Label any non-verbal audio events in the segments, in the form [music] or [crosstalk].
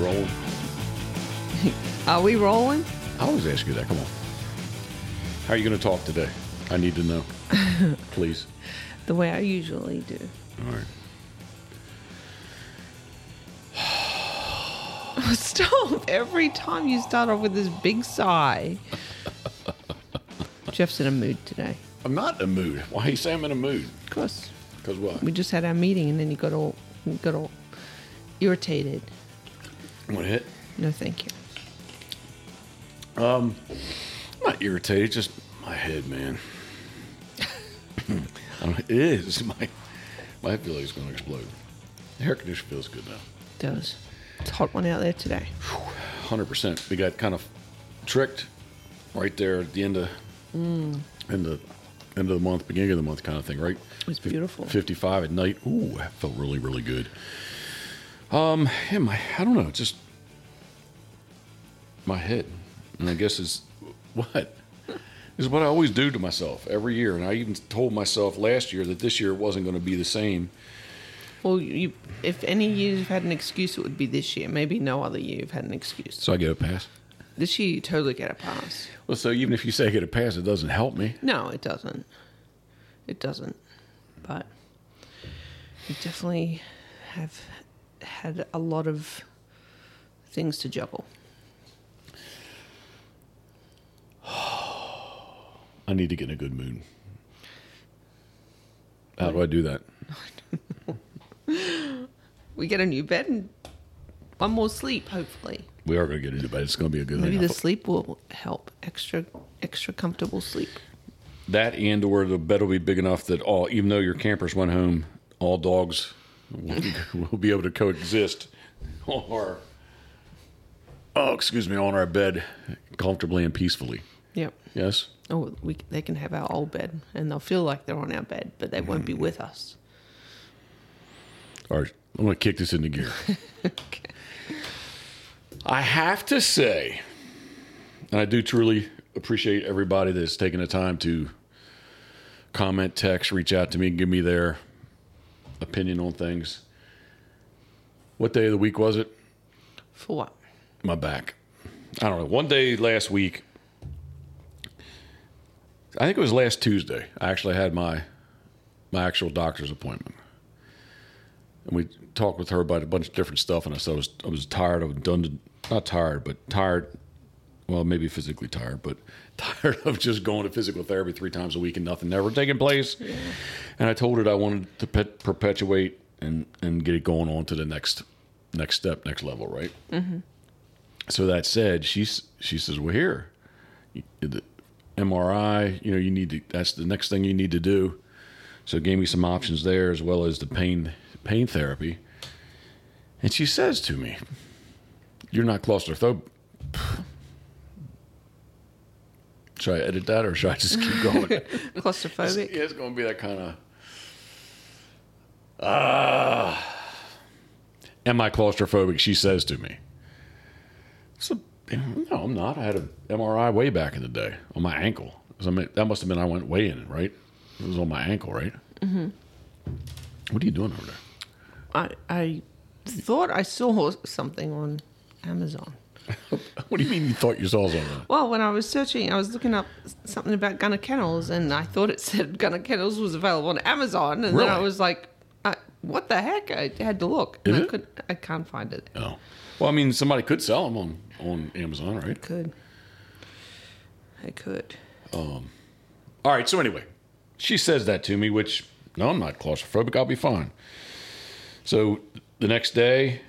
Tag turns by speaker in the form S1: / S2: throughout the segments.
S1: rolling?
S2: Are we rolling?
S1: I always ask you that. Come on. How are you going to talk today? I need to know. Please.
S2: The way I usually do.
S1: All right.
S2: [laughs] Stop. Every time you start off with this big sigh. [laughs] Jeff's in a mood today.
S1: I'm not in a mood. Why you say I'm in a mood?
S2: Of course.
S1: Because what?
S2: We just had our meeting and then you got all you got all irritated.
S1: I'm going to hit.
S2: No thank you.
S1: I'm not irritated. Just my head, man. [laughs] I don't- it is. My, my head feels going to explode. The air conditioner feels good now.
S2: Does. It's a hot one out there today.
S1: hundred percent. We got kind of tricked right there at the end of end of end of the month, beginning of the month, kind of thing, right?
S2: It was beautiful.
S1: Fifty-five at night. Ooh, that felt really, really good. Um, yeah, my I don't know, it's just my head, and I guess is [laughs] what is what I always do to myself every year, and I even told myself last year that this year wasn't going to be the same.
S2: Well you if any year you've had an excuse it would be this year. Maybe no other year you've had an excuse.
S1: So I get a pass.
S2: This year you totally get a pass.
S1: Well, so even if you say I get a pass, it doesn't help me.
S2: No, it doesn't. It doesn't. But you definitely have had a lot of things to juggle.
S1: I need to get in a good mood. How do I do that?
S2: We get a new bed and one more sleep, hopefully.
S1: We are going to get into bed. It's going to be a good
S2: Maybe
S1: thing.
S2: the sleep will help. Extra, extra comfortable sleep.
S1: that and or the bed will be big enough that all, even though your campers went home, all dogs [laughs] will, will be able to coexist on our, oh, excuse me, on our bed comfortably and peacefully.
S2: Yep.
S1: Yes?
S2: Oh, we, they can have our old bed, and they'll feel like they're on our bed, but they won't be with us.
S1: All right. I'm going to kick this into gear. I have to say, and I do truly appreciate everybody that's taken the time to comment, text, reach out to me, give me their opinion on things. What day of the week was it?
S2: For what?
S1: my back. I don't know. One day last week, I think it was last Tuesday. I actually had my my actual doctor's appointment, and we talked with her about a bunch of different stuff. And I said I was I was tired. I was done. To, not tired, but tired. Well, maybe physically tired, but [laughs] tired of just going to physical therapy three times a week and nothing never taking place. And I told her that I wanted to pet, perpetuate and and get it going on to the next next step, next level, right? so that said, she s- she says, "Well, here, you- the MRI. You know, you need to. That's the next thing you need to do." So gave me some options there as well as the pain pain therapy. And she says to me, "You're not claustrophobic." Should I edit that or should I just keep going?
S2: Claustrophobic.
S1: Yeah, it's going to be that kind of. ah. am I claustrophobic? She says to me. So, no, I'm not. I had an MRI way back in the day on my ankle. So, I mean, that must have been I went way in, right? It was on my ankle, right? Mm-hmm. What are you doing over there? [laughs]
S2: I, I thought I saw something on Amazon.
S1: What do you mean you thought you saw something?
S2: Well, when I was searching, I was looking up something about Gunner Kennels, and I thought it [laughs] said Gunner Kennels was available on Amazon, and then I
S1: Really?
S2: was like, I, "What the heck?" I had to look,
S1: Is
S2: and I
S1: it?
S2: could I can't find it.
S1: Oh. Well, I mean, somebody could sell them on, on Amazon, right?
S2: I could, I could.
S1: All right. So anyway, she says that to me, which no, I'm not claustrophobic. I'll be fine. So the next day,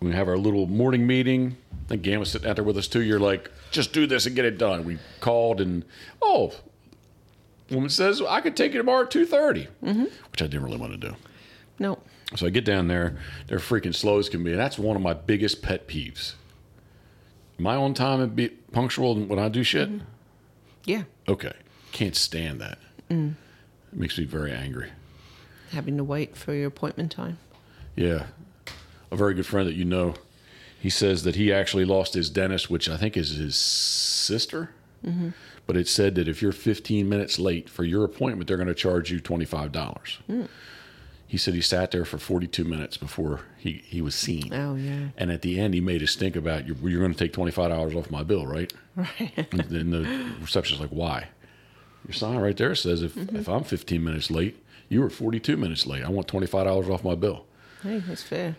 S1: we have our little morning meeting. I think Gamma's sitting out there with us too. You're like, just do this and get it done. We called and oh, woman says I could take you tomorrow at two which I didn't really want to do.
S2: No,
S1: So I get down there, they're freaking slow as can be. And that's one of my biggest pet peeves. Am I on time and be punctual when I do shit?
S2: yeah,
S1: Okay. Can't stand that. It makes me very angry.
S2: having to wait for your appointment time.
S1: Yeah. A very good friend that you know, he says that he actually lost his dentist, which I think is his sister. But it said that if you're 15 minutes late for your appointment, they're going to charge you $25. He said he sat there for 42 minutes before he, he was seen.
S2: Oh yeah.
S1: And at the end, he made us think about you're, you're going to take twenty five dollars off my bill, right?
S2: Right.
S1: And then the receptionist's like, "Why?" Your sign right there says if,
S2: Mm-hmm.
S1: if I'm fifteen minutes late, you were forty two minutes late. I want twenty five dollars off my bill.
S2: hey, that's fair.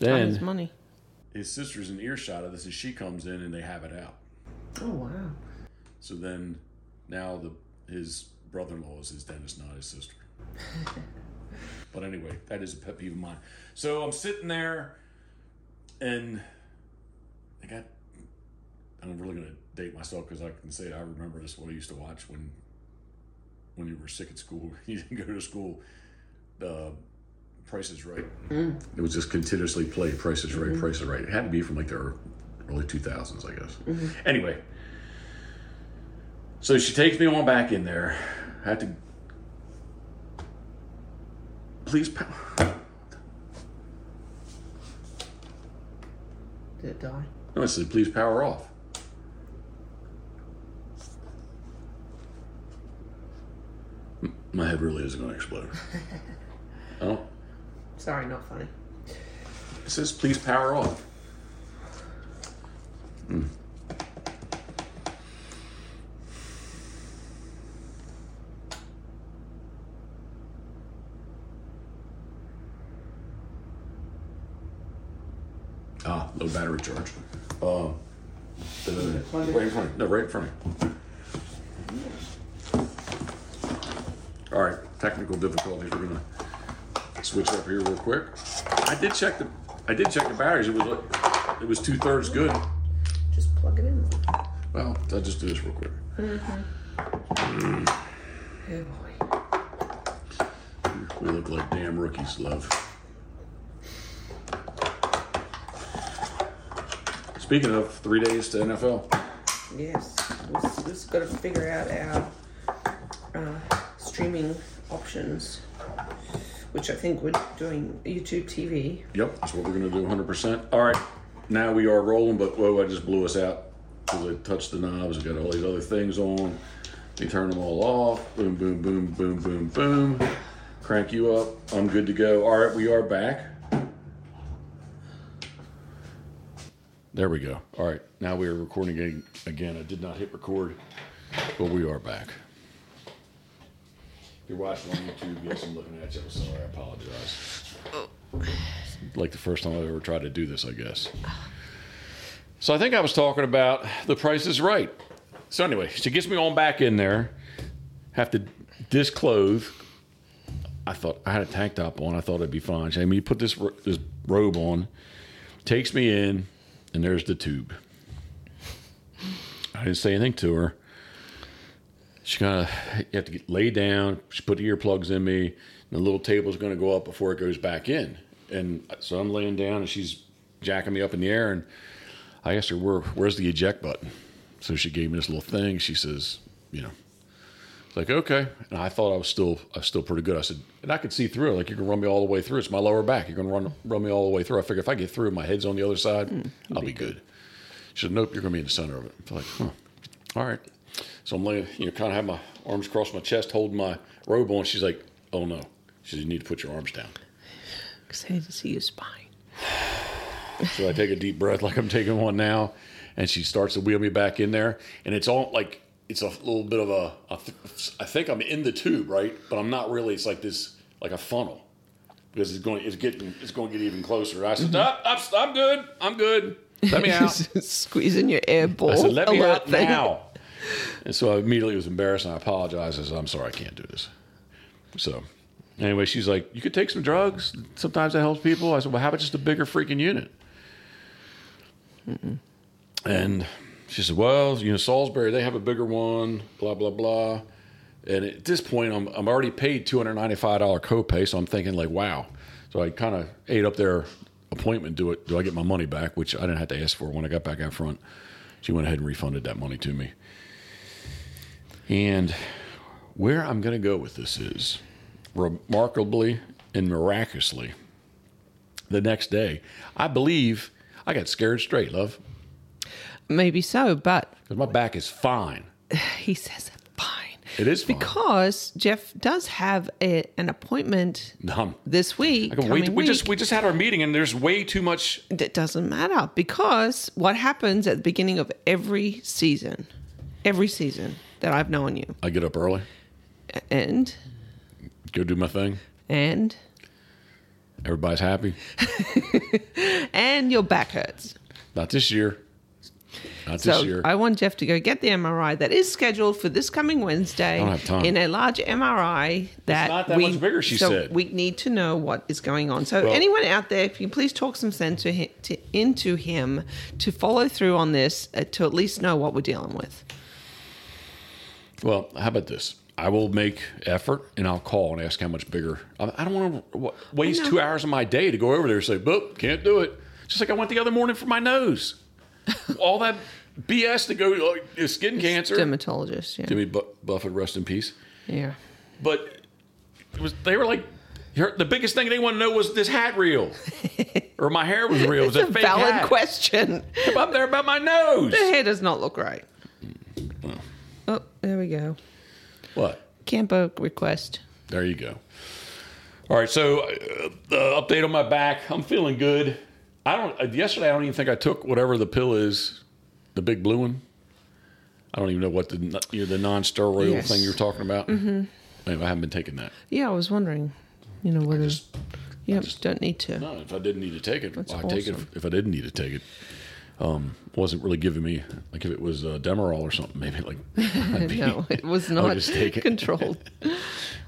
S2: Time is
S1: Then
S2: money.
S1: his sister's in earshot of this, and she comes in and they have it out.
S2: Oh wow.
S1: So then now the his brother in law is his dentist, not his
S2: [laughs]
S1: sister. but anyway, that is a pet peeve of mine. So I'm sitting there and I got I'm really gonna date myself because I can say I remember this what I used to watch when when you were sick at school, [laughs] you didn't go to school. The Price is Right. It was just continuously played. Price is Right. Price is Right. It had to be from like the ear- early 2000s, I guess. Anyway, so she takes me on back in there. I had to. Please. Pa-
S2: Did it die?
S1: no, I said, please power off. M- My head really is going to explode. oh,
S2: Sorry, not funny.
S1: it says, please power off. Ah, low battery charge. Uh, the, right in front. No, right in front. All right, technical difficulties. We're gonna switch up here real quick. I did check the, I did check the batteries. It was like, it was two thirds good.
S2: Just plug it in.
S1: Well, I'll just do this real quick.
S2: Oh boy.
S1: We look like damn rookies, love. Speaking of three days to NFL,
S2: Yes. We've, just got to figure out our uh, streaming options, which I think we're doing YouTube TV.
S1: yep, that's what we're gonna do 100%. All right, now we are rolling, but whoa, I just blew us out because I touched the knobs. I got all these other things on. They turn them all off. Boom, boom, boom, boom, boom, boom. Crank you up. I'm good to go. All right, we are back. There we go. All right, now we are recording again. again. I did not hit record, but we are back. If you're watching on YouTube, yes, I'm looking at you. I'm sorry. I apologize. Like the first time I've ever tried to do this, I guess. So I think I was talking about the price is right. So anyway, she gets me on back in there. Have to disclothe. I thought I had a tank top on. I thought it'd be fine. She, I mean, you put this ro- this robe on. Takes me in, and there's the tube. I didn't say anything to her. She kind of you have to get lay down. She put the earplugs in me. And the little table's going to go up before it goes back in. And so I'm laying down, and she's jacking me up in the air. And I asked her, Where, "Where's the eject button?" So she gave me this little thing. She says, "You know." It's like okay, and I thought I was still I was still pretty good. I said, and I could see through. it. Like you can run me all the way through. It's my lower back. You're gonna run run me all the way through. I figure if I get through, my head's on the other side, I'll Hmm, be good. She said, "Nope, you're gonna be in the center of it." I'm like, huh, all right. So I'm laying, you know, kind of have my arms across my chest, holding my robe on. She's like, "Oh no," she said, "You need to put your arms down."
S2: Excited to see your spine.
S1: So I take a deep breath, like I'm taking one now, and she starts to wheel me back in there, and it's all like it's a little bit of a. a th- I think I'm in the tube, right? But I'm not really. It's like this, like a funnel, because it's going, it's getting, it's going to get even closer. I said, "Up, up, I'm good, I'm good. Let me
S2: [laughs]
S1: out."
S2: Squeezing your air ball. Oh,
S1: I said, "Let
S2: a
S1: me
S2: lot
S1: out
S2: there.
S1: now." And so I immediately was embarrassed, and I apologized. I said, "I'm sorry, I can't do this." So. Anyway, she's like, you could take some drugs. Sometimes that helps people. I said, well, how about just a bigger freaking unit? And she said, "Well, you know, Salisbury, they have a bigger one, blah blah blah." And at this point, I'm I'm already paid two hundred ninety five dollar copay, so I'm thinking like, "Wow." So I kind of ate up their appointment. Do it? Do I get my money back? Which I didn't have to ask for when I got back out front. She went ahead and refunded that money to me. And where I'm going to go with this is remarkably and miraculously. The next day, I believe I got scared straight, love.
S2: [laughs] Maybe so, but
S1: Because my back is fine.
S2: he says fine.
S1: It is fun.
S2: because Jeff does have a, an appointment
S1: Numb.
S2: this week.
S1: I can
S2: coming
S1: wait. We just
S2: week.
S1: we just had our meeting, and there's way too much.
S2: It doesn't matter because what happens at the beginning of every season, every season that I've known you,
S1: I get up early,
S2: and
S1: go do my thing.
S2: and
S1: Everybody's happy.
S2: and your back hurts.
S1: Not this year. Not
S2: So
S1: this year.
S2: I want Jeff to go get the MRI that is scheduled for this coming Wednesday.
S1: I don't have time.
S2: In a large MRI that
S1: not that
S2: we,
S1: much bigger, she
S2: so
S1: said.
S2: we need to know what is going on. So
S1: Well-
S2: anyone out there, if you please talk some sense to him, to, into him to follow through on this uh, to at least know what we're dealing with.
S1: well, how about this? I will make effort, and I'll call and ask how much bigger. I I don't want to waste
S2: know.
S1: two hours of my day to go over there and say, "Boop, can't do it." Just like I went the other morning for my nose.
S2: [laughs]
S1: All that BS to go like, it's skin cancer.
S2: Dermatologist, yeah,
S1: Jimmy Bu- Buffett, rest in peace.
S2: yeah.
S1: but it was they were like her- the biggest thing they want to know was this hat
S2: [laughs]
S1: real or my hair was real. It was
S2: It's
S1: a
S2: a
S1: fake
S2: valid
S1: hat.
S2: question.
S1: I'm there about my
S2: [laughs]
S1: nose.
S2: The hair does not look right. Oh, there we go.
S1: what?
S2: Campo request.
S1: There you go. All right, so uh, the update on my back. I'm feeling good. I don't. Uh, yesterday, I don't even think I took whatever the pill is, the big blue one. I don't even know what the n- you know, the non-steroidal
S2: Yes.
S1: thing you were talking about. Mm-hmm. Anyway, I haven't been taking that.
S2: Yeah, I was wondering, you know, whether
S1: just-
S2: yep, don't need to. [laughs]
S1: No, if I didn't need to take it,
S2: That's
S1: I take it.
S2: awesome.
S1: If I didn't need to take it, um, wasn't really giving me like if it was uh, Demerol or something, maybe like. [laughs] I'd be-
S2: [laughs] No, it
S1: [laughs]
S2: was
S1: I would
S2: not
S1: just take it. [laughs]
S2: controlled.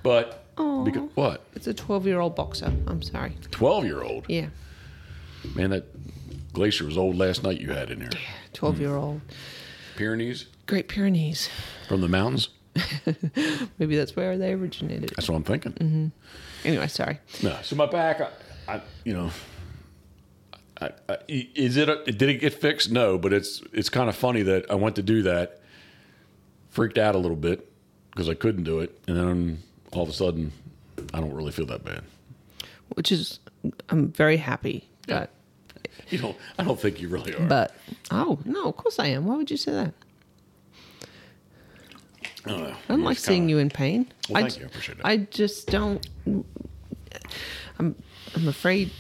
S1: But because,
S2: Aw.
S1: what?
S2: It's a 12 year old boxer. I'm sorry.
S1: Twelve year old
S2: Yeah.
S1: man, that glacier was old last night. You had in there
S2: 12 year old.
S1: Pyrenees
S2: Great Pyrenees.
S1: from the mountains.
S2: Maybe that's where they originated.
S1: That's what I'm thinking.
S2: Anyway, sorry.
S1: No, so my back, I, I you know. I, I, is it a, did it get fixed? No, but it's it's kind of funny that I went to do that, freaked out a little bit because I couldn't do it, and then all of a sudden, I don't really feel that bad.
S2: Which is, I'm very happy.
S1: Yeah.
S2: But,
S1: You know, I don't think you really are.
S2: but, oh, no, of course I am. Why would you say that?
S1: I don't know.
S2: I don't like seeing you in pain.
S1: Well,
S2: I
S1: thank
S2: j-
S1: you. I appreciate that.
S2: I just don't. I'm I'm afraid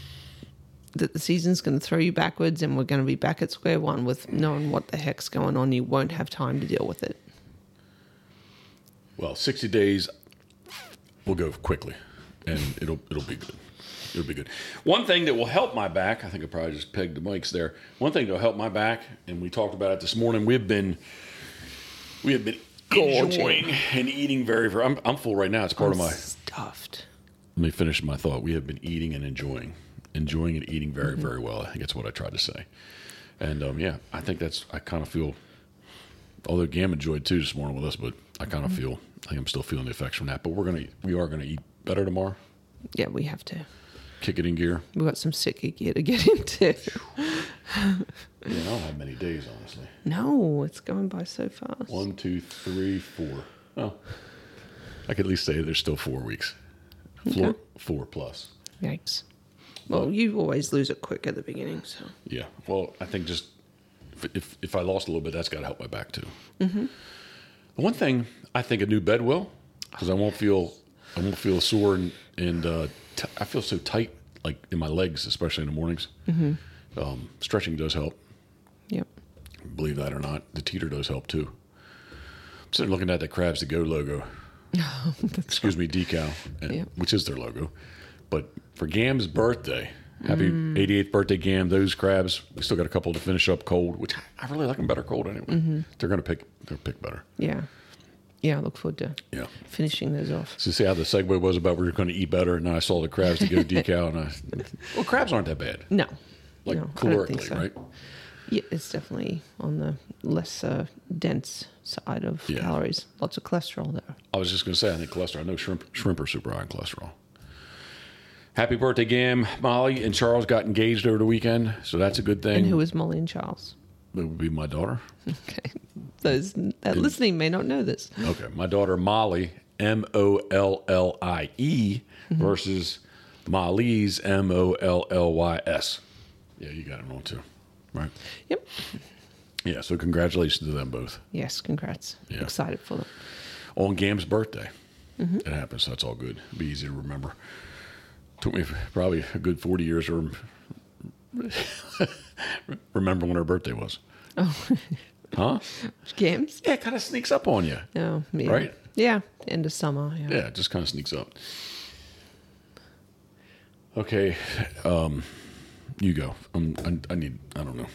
S2: that the season's going to throw you backwards, and we're going to be back at square one with knowing what the heck's going on. You won't have time to deal with it.
S1: Well, sixty days will go quickly, and it'll it'll be good. It'll be good. One thing that will help my back, I think I probably just pegged the mics there. One thing that'll help my back, and we talked about it this morning. We've been we have been
S2: Gorging.
S1: enjoying and eating very very. I'm, I'm full right now. It's part of my.
S2: stuffed.
S1: Let me finish my thought. We have been eating and enjoying, enjoying and eating very very well. I think that's what I tried to say. And um, yeah, I think that's. I kind of feel. Although Gam enjoyed too this morning with us, but I kind of feel. I think I'm still feeling the effects from that. But we're gonna. We are gonna eat better tomorrow.
S2: Yeah, we have to.
S1: Kick it in gear.
S2: We've got some sick gear to get [laughs] into.
S1: Yeah, I don't have many days honestly.
S2: No, it's going by so fast.
S1: One, two, three, four. Oh, I could at least say there's still four weeks. Four,
S2: Okay.
S1: four plus.
S2: Yikes. Well, you always lose it quick at the beginning, so.
S1: Yeah. Well, I think just if if, if I lost a little bit, that's got to help my back too. The one thing I think a new bed will, because I won't feel I won't feel sore and and uh, t- I feel so tight like in my legs, especially in the mornings. Um, stretching does help.
S2: Yep.
S1: Believe that or not, the teeter does help too. I'm sitting looking at that Crabs to Go
S2: [laughs]
S1: logo. Excuse me, decal, and,
S2: Yep.
S1: which is their logo. But for Gam's birthday, happy
S2: Mm.
S1: 88th birthday, Gam. Those crabs, we still got a couple to finish up cold, which I really like them better cold anyway.
S2: Mm-hmm.
S1: They're gonna pick, they're gonna pick better.
S2: Yeah. Yeah, I look forward to
S1: Yeah.
S2: finishing those off.
S1: So see how the segue was about we were going to eat better, and then I saw the crabs
S2: [laughs]
S1: to go decal, and I, well, crabs aren't that bad,
S2: No.
S1: like
S2: no, I don't think
S1: calorically,
S2: so.
S1: right?
S2: Yeah, it's definitely on the less uh, dense side of
S1: Yeah.
S2: calories. Lots of cholesterol there.
S1: I was just going to say, I think cholesterol. I know shrimp, shrimp are super high in cholesterol. Happy birthday, Gam. Molly and Charles got engaged over the weekend, so that's a good thing.
S2: And who is Molly and Charles?
S1: it would be my daughter.
S2: Okay. [laughs] Those that
S1: Mm.
S2: listening may not know this.
S1: Okay, my daughter Molly, M O L L I E,
S2: Mm-hmm.
S1: versus Molly's M O L L Y S. Yeah, you got it wrong too, right?
S2: Yep.
S1: Yeah, so congratulations to them both.
S2: Yes, congrats.
S1: Yeah.
S2: Excited for them.
S1: on Gam's birthday. It happens. That's all good. It'd be easy to remember. Took me probably a good 40 years to rem- [laughs] remember when her birthday was. Oh. huh?
S2: Games?
S1: Yeah, it kind of sneaks up on you.
S2: No. Yeah.
S1: Right?
S2: Yeah. End of summer. Yeah.
S1: Yeah, it just kind of sneaks up. Okay, um, you go. Um, I, I need, I don't know.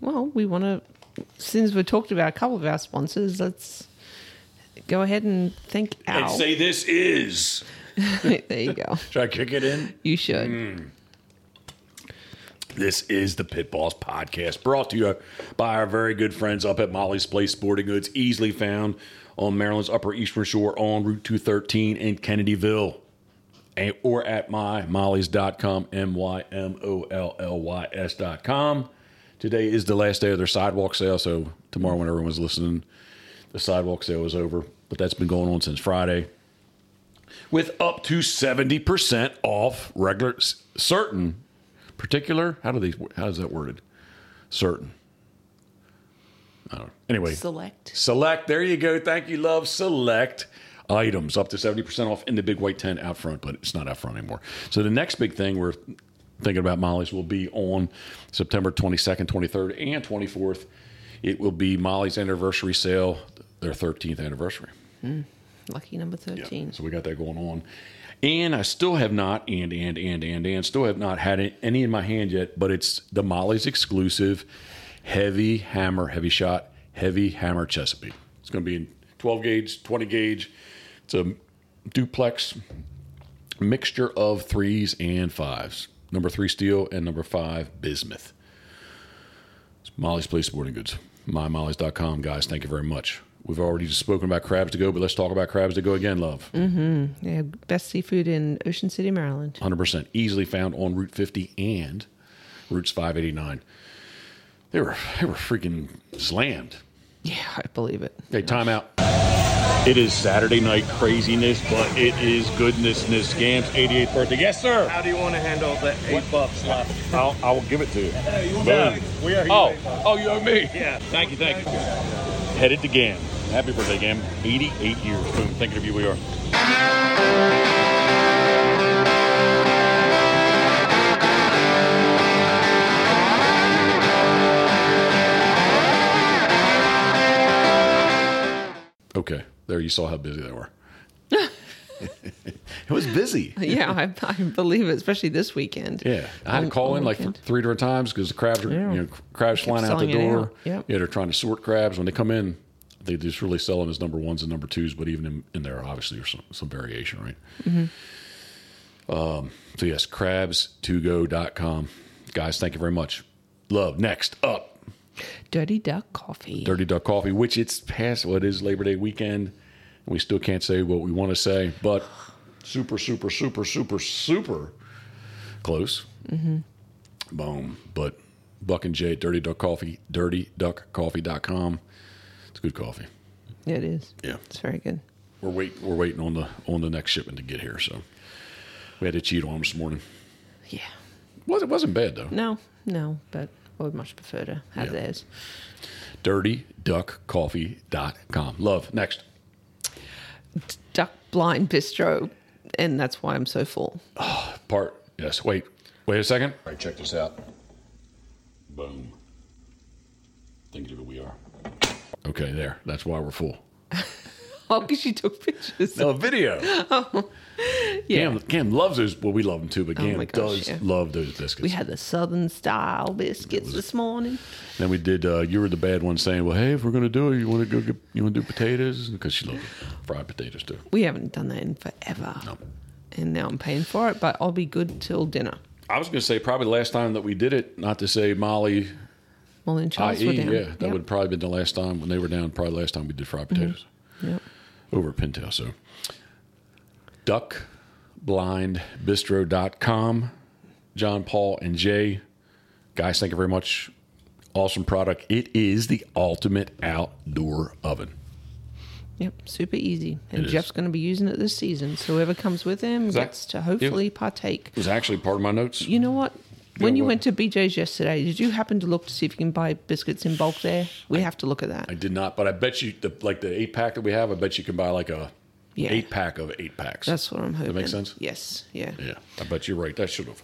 S2: Well, we want to, since we've talked about a couple of our sponsors, let's go ahead and thank our.
S1: this is.
S2: [laughs] there you go.
S1: Should I kick it in?
S2: You should.
S1: This is the Pit Boss Podcast, brought to you by our very good friends up at Molly's Place Sporting Goods, easily found on Maryland's Upper Eastern Shore on Route 213 in Kennedyville, and, or at mymollys.com, M Y M O L L Y S.com. Today is the last day of their sidewalk sale, so tomorrow, when everyone's listening, the sidewalk sale is over, but that's been going on since Friday with up to 70% off regular s- certain particular how do these how is that worded certain I don't anyway
S2: Select.
S1: select there you go thank you love select items up to 70% off in the big white tent out front but it's not out front anymore so the next big thing we're thinking about molly's will be on september 22nd 23rd and 24th it will be molly's anniversary sale their 13th anniversary
S2: Lucky number 13.
S1: so we got that going on. And I still have not, and, and, and, and, and, still have not had it- any in my hand yet, but it's the Molly's exclusive heavy hammer, heavy shot, heavy hammer Chesapeake. It's going to be in 12 gauge, 20 gauge. It's a duplex mixture of threes and fives. Number three steel and number five bismuth. It's Molly's Place Sporting Goods. MyMolly's.com, guys. Thank you very much. We've already spoken about crabs to go, but let's talk about crabs to go again, love.
S2: Yeah, best seafood in Ocean City, Maryland.
S1: hundred percent, easily found on Route 50 and Routes 589. They were they were freaking slammed.
S2: Yeah, I believe it.
S1: Hey, time out.
S3: It is Saturday night craziness, but it is goodnessness. Scam's 88th birthday. Yes, sir.
S4: How do you want to handle the eight bucks left?
S3: I'll, I will give it to you.
S4: Boom. We are
S3: Oh, oh, you owe me.
S4: Yeah.
S3: Thank you, thank you. Headed to Gam. Happy birthday, Gam. 88 years. Boom. Thinking of you, we are.
S1: Okay, there you saw how busy they were. [laughs] it was busy.
S2: [laughs] Yeah, I, I believe it, especially this weekend.
S1: Yeah, I had to
S2: On-
S1: call
S2: on
S1: in like
S2: weekend.
S1: three different times because the crabs are
S2: Yeah.
S1: you know crabs
S2: Kept
S1: flying out the
S2: selling it
S1: door.
S2: out. Yep.
S1: Yeah, they're trying to sort crabs when they come in. They just really sell them as number ones and number twos, but even in, in there, obviously, there's some, some variation, right?
S2: Mm-hmm.
S1: Um, so yes, crabs2go.com. Guys, thank you very much. Love. Next up,
S2: Dirty Duck Coffee.
S1: Dirty Duck Coffee, which it's past what is Labor Day weekend. We still can't say what we want to say, but super, super, super, super, super close. Mm-hmm. Boom. But Buck and Jay, Dirty Duck Coffee, dirtyduckcoffee.com. It's good coffee.
S2: Yeah, it is.
S1: Yeah.
S2: It's very good.
S1: We're wait we're waiting on the on the next shipment to get here, so we had to cheat on them this morning.
S2: Yeah.
S1: Was it wasn't bad though.
S2: No, no, but I would much prefer to have
S1: Yeah.
S2: theirs.
S1: Dirtyduckcoffee.com. Love. Next.
S2: Duck Blind Bistro, and that's why I'm so full. [laughs]
S1: Part yes, wait. Wait a second.
S3: All right, check this out.
S1: Boom. Think of it, we are. Okay, there. That's why we're full.
S2: Oh, because you took pictures.
S1: No, video.
S2: yeah. Oh
S1: Cam, Cam loves those. Well, we love them too, but Cam
S2: my gosh,
S1: does
S2: yeah.
S1: love those biscuits.
S2: We had the Southern style biscuits this morning.
S1: then we did. Uh, you were the bad one saying, "Well, hey, if we're gonna do it, you want to go get, you want to do potatoes because she loves fried potatoes too."
S2: We haven't done that in forever.
S1: No.
S2: And now I'm paying for it, but I'll be good till dinner.
S1: I was gonna say probably the last time that we did it. Not to say Molly,
S2: Well, in Charles
S1: IE,
S2: we're down.
S1: E, yeah, that
S2: Yep. Mm-hmm.
S1: would probably been the last time when they were down. Probably last time we did fried potatoes.
S2: Yep.
S1: over at Pintail. So duckblindbistro.com. John, Paul, and Jay. Guys, thank you very much. Awesome product. It is the ultimate outdoor oven.
S2: Yep, super easy.
S1: It
S2: And
S1: is.
S2: Jeff's going to be using it this season. So whoever comes with him
S1: that-
S2: gets to hopefully partake.
S1: It was actually part of my notes.
S2: You know what? When
S1: Yeah,
S2: you
S1: what-
S2: went to BJ's yesterday, did you happen to look to see if you can buy biscuits in bulk there? We have to look at that.
S1: I did not, but I bet you the like the eight pack that we have. I bet you can buy like a
S2: Yeah.
S1: eight pack of eight packs.
S2: That's what I'm hoping.
S1: That makes sense.
S2: Yes. Yeah.
S1: Yeah, I bet you're right. That should have.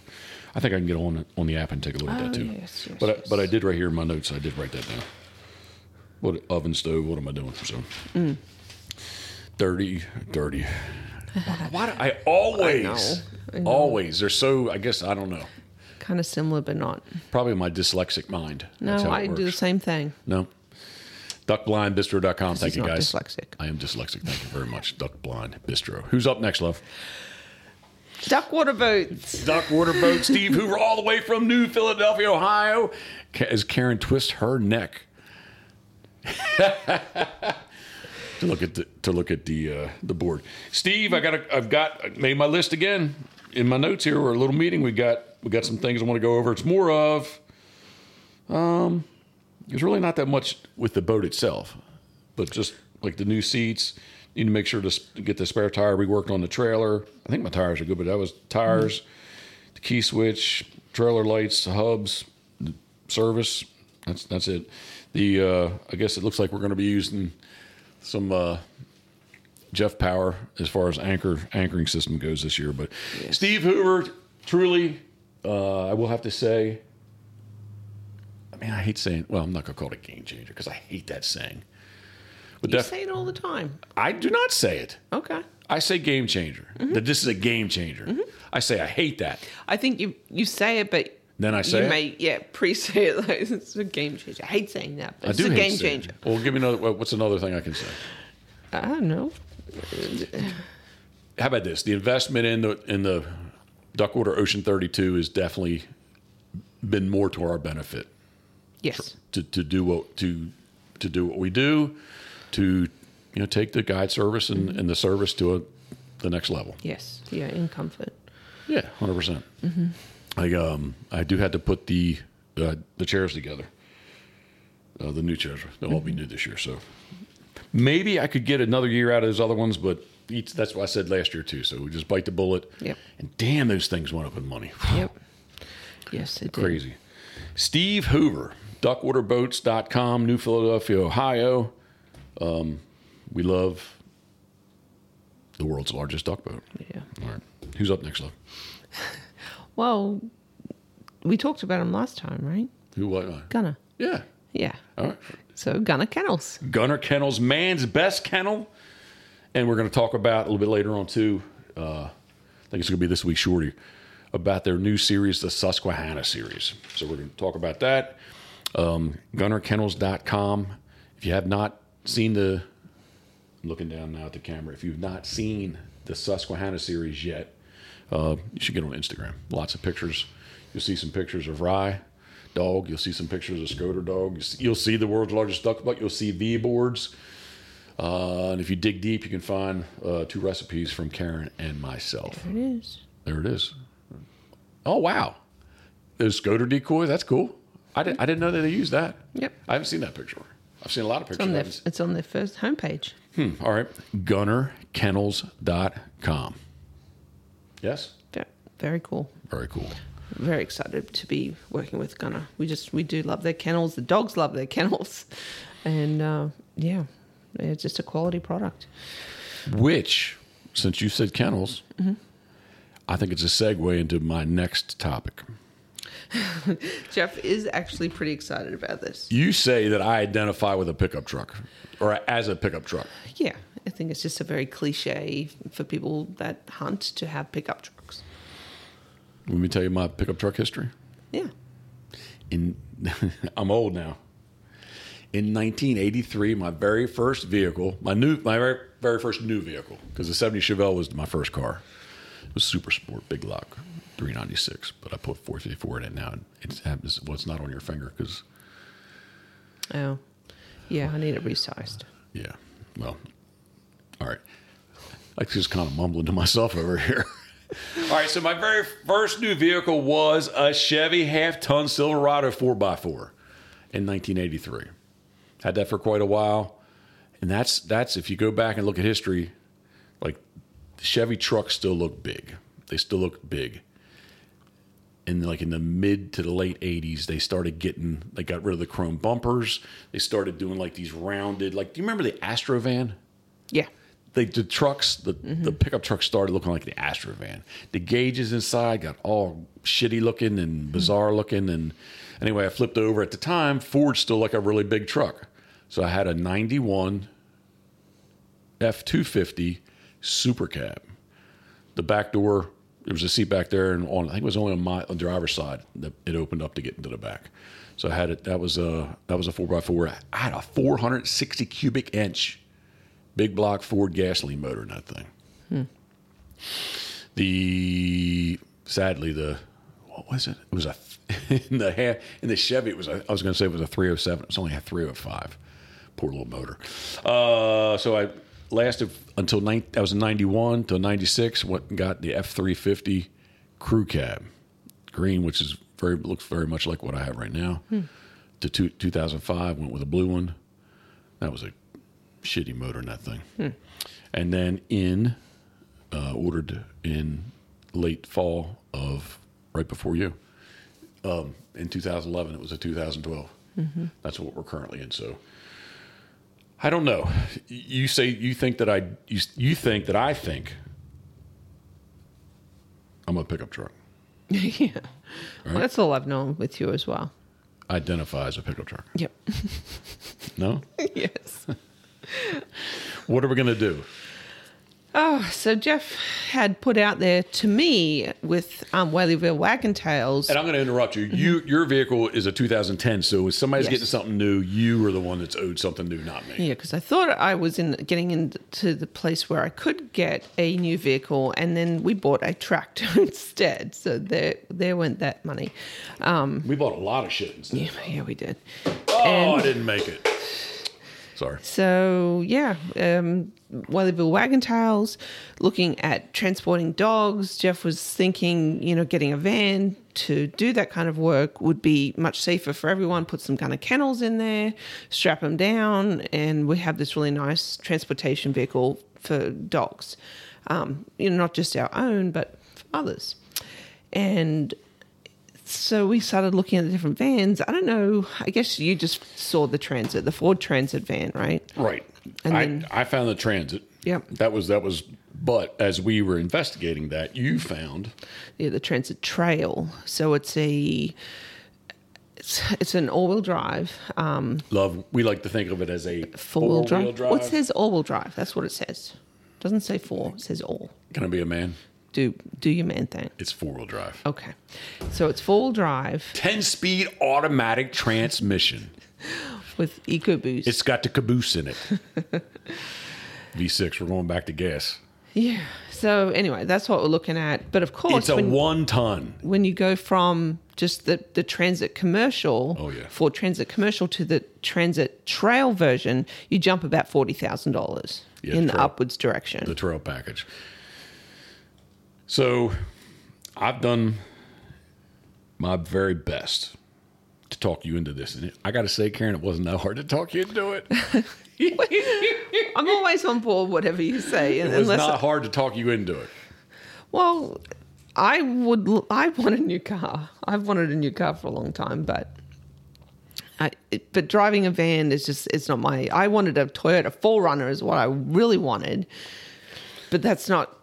S1: I think I can get on on the app and take a look at
S2: Oh,
S1: that too.
S2: yes, yes,
S1: but I,
S2: yes.
S1: but I did right here in my notes. I did write that down. What oven stove? What am I doing? So dirty,
S2: [laughs]
S1: dirty. Why do I always,
S2: I know.
S1: always? They're so. I guess I don't know.
S2: Kind of similar, but not.
S1: Probably my dyslexic mind.
S2: No,
S1: That's how it
S2: I do the
S1: works.
S2: same thing.
S1: No. Duckblindbistro.com. Thank
S2: is
S1: you,
S2: not
S1: guys.
S2: dyslexic.
S1: I am dyslexic. Thank you very much. Duckblind Bistro. Who's up next, love?
S2: Duckwater boots.
S1: Duck water boat [laughs] Steve Hoover, all the way from New Philadelphia, Ohio. Ca- As Karen twists her neck [laughs] to look at the to look at the uh, the board. Steve, I got a, I've got I made my list again in my notes here. We're a little meeting. We got we got some things I want to go over. It's more of um, there's really not that much with the boat itself, but just like the new seats. Need to make sure to s- get the spare tire reworked on the trailer. I think my tires are good, but that was tires the key switch, trailer lights, hubs, the service. That's that's it. The uh, I guess it looks like we're going to be using some uh, Jeff power as far as anchor anchoring system goes this year. But Steve Hoover, truly, uh, I will have to say. I mean, I hate saying. Well, I'm not going to call it a game changer because I hate that saying. But
S2: You
S1: def-
S2: say it all the time.
S1: I do not say it.
S2: Okay.
S1: I say game changer.
S2: Mm-hmm.
S1: That this is a game changer. I say I hate that.
S2: I think you you say it, but
S1: Then I say
S2: you
S1: it?
S2: may yeah pre say it [laughs] like it's a game changer. I hate saying that,
S1: I
S2: but it's
S1: do
S2: a
S1: hate
S2: game
S1: steak.
S2: changer.
S1: Well, give me another. well, What's another thing I can say?
S2: I don't know.
S1: How about this? The investment in the in the Duckwater Ocean Thirty Two has definitely been more to our benefit
S2: Yes.
S1: to, to do what to to do what we do to you know take the guide service and, and the service to a, the next level.
S2: Yes. Yeah. In comfort.
S1: Yeah, hundred percent. I um I do have to put the uh, the chairs together. Uh, the new chairs they'll all be
S2: Mm-hmm.
S1: new this year, so maybe I could get another year out of those other ones, but each, that's what I said last year too. So we just bite the bullet.
S2: Yep.
S1: And damn, those things went up in money.
S2: Yep. Yes, it did.
S1: Crazy. Steve Hoover, duckwaterboats.com, New Philadelphia, Ohio. Um, we love the world's largest duck boat.
S2: Yeah.
S1: All right. Who's up next, love?
S2: Well, we talked about him last time, right?
S1: Who what? uh,
S2: Gunner.
S1: Yeah.
S2: Yeah.
S1: All right.
S2: So Gunner Kennels.
S1: Gunner Kennels, man's best kennel. And we're going to talk about a little bit later on, too. Uh, I think it's going to be this week, Shorty, about their new series, the Susquehanna series. So we're going to talk about that. Um, GunnerKennels.com. If you have not seen the, I'm looking down now at the camera, if you've not seen the Susquehanna series yet, uh, you should get on Instagram. Lots of pictures. You'll see some pictures of Rye dog. You'll see some pictures of Scoter dog. You'll see, you'll see the world's largest duck buck. You'll see V boards. Uh, and if you dig deep, you can find uh, two recipes from Karen and myself.
S2: It is.
S1: There it is. Oh wow, those Scoter decoys. That's cool. I didn't. I didn't know that they used that.
S2: Yep.
S1: I haven't seen that picture. I've seen a lot of
S2: It's on their
S1: pictures.
S2: it's on their first homepage.
S1: Hmm, all right. GunnerKennels.com. Yes.
S2: Ve- Very cool.
S1: Very cool.
S2: Very excited to be working with Gunner. We just we do love their kennels. The dogs love their [laughs] kennels, and uh, yeah, it's just a quality product.
S1: Which, since you said kennels,
S2: Mm-hmm.
S1: I think it's a segue into my next topic.
S2: Jeff is actually pretty excited about this.
S1: You say that I identify with a pickup truck or as a pickup truck.
S2: Yeah, I think it's just a very cliche for people that hunt to have pickup trucks.
S1: Let me tell you my pickup truck history.
S2: Yeah.
S1: In [laughs] I'm old now. In 1983, my very first vehicle, my new, my very, very first new vehicle, because the 70 Chevelle was my first car. It was Super Sport, big lock, 396, but I put 454 in it now. And it happens, well, it's not on your finger because
S2: Oh, yeah. I need it resized.
S1: Yeah. Well, all right. I just kind of mumbling to myself over here. [laughs] all right. So my very first new vehicle was a Chevy half-ton Silverado 4x4 in 1983. Had that for quite a while, and that's that's if you go back and look at history, like the Chevy trucks still look big. They still look big. in like in the mid to the late 80s they started getting they got rid of the chrome bumpers they started doing like these rounded like do you remember the astrovan
S2: Yeah. [laughs]
S1: they, the trucks, the, the pickup trucks started looking like the Astrovan. The gauges inside got all shitty looking and bizarre looking. And anyway, I flipped over at the time. Ford's still like a really big truck. So I had a 91 F 250 Super Cab. The back door, there was a seat back there, and on I think it was only on my on the driver's side that it opened up to get into the back. So I had it. That was a that was a four x four. I had a 460 cubic inch big block Ford gasoline motor in that thing. The sadly the what was it? It was a [laughs] in the half in the Chevy. It was a, I was going to say it was a 307. It's only a 305. Poor little motor. Uh, so I lasted until nine, I was in 91 till 96. Went and got the F350 crew cab green, which is very looks very much like what I have right now. To two, 2005 went with a blue one. That was a shitty motor in that thing. And then in uh, ordered in late fall of right before you um, in 2011. It was a 2012. That's what we're currently in. So I don't know. Y- You say you think that I you, you think that I think I'm a pickup truck.
S2: yeah. Well, that's all I've known with you as well.
S1: Identify as a pickup truck.
S2: Yep.
S1: No.
S2: [laughs] yes.
S1: what are we gonna do?
S2: Oh, so Jeff had put out there to me with um, Whaleyville Wagon Tails.
S1: And I'm going to interrupt you. You your vehicle is a 2010, so if somebody's
S2: Mm-hmm. Yes.
S1: getting something new, you are the one that's owed something new, not me.
S2: Yeah, because I thought I was in getting into the place where I could get a new vehicle, and then we bought a tractor [laughs] instead. So there, there went that money.
S1: We bought a lot of shit instead.
S2: Mm. Yeah, yeah we did.
S1: Oh, I
S2: And-
S1: didn't make it. Sorry.
S2: So yeah, um, Whaleyville Wagon Tails, looking at transporting dogs. Jeff was thinking, you know, getting a van to do that kind of work would be much safer for everyone. Put some kind of kennels in there, strap them down, and we have this really nice transportation vehicle for dogs. Um, you know, not just our own, but for others. And so we started looking at the different vans. I don't know. I guess you just saw the transit, the Ford Transit van, right?
S1: Right.
S2: And
S1: I,
S2: then-
S1: I found the transit.
S2: Yep.
S1: That was that was but as we were investigating that, you found
S2: Yeah, the Transit Trail. So it's a it's, it's an all-wheel drive, um,
S1: love we like to think of it as a four-wheel
S2: four-wheel drive.
S1: drive.
S2: Well, it says all-wheel drive. That's what it says. doesn't say four. It says all.
S1: Can I be a man?
S2: Do do your man thing.
S1: It's four-wheel drive.
S2: Okay. So it's four-wheel drive
S1: 10-speed automatic transmission.
S2: with EcoBoost.
S1: It's got the caboose
S2: [laughs]
S1: in it. V6, we're going back to gas.
S2: yeah. So anyway, that's what we're looking at. But of course,
S1: It's a
S2: when-
S1: one ton.
S2: when you go from just the, the transit commercial
S1: Oh, yeah.
S2: for transit commercial to the transit trail version, you jump about forty thousand dollars
S1: Yeah,
S2: in the
S1: trail.
S2: upwards direction.
S1: the trail package. So I've done my very best to talk you into this. And I got to say, Karen, it wasn't that hard to talk you into it.
S2: [laughs] I'm always on board, whatever you say,
S1: It was
S2: unless
S1: not hard to talk you into it.
S2: well, I would l- I want a new car. I've wanted a new car for a long time, but. I, it- but driving a van is just it's not my i wanted a toyota 4runner is what i really wanted but that's not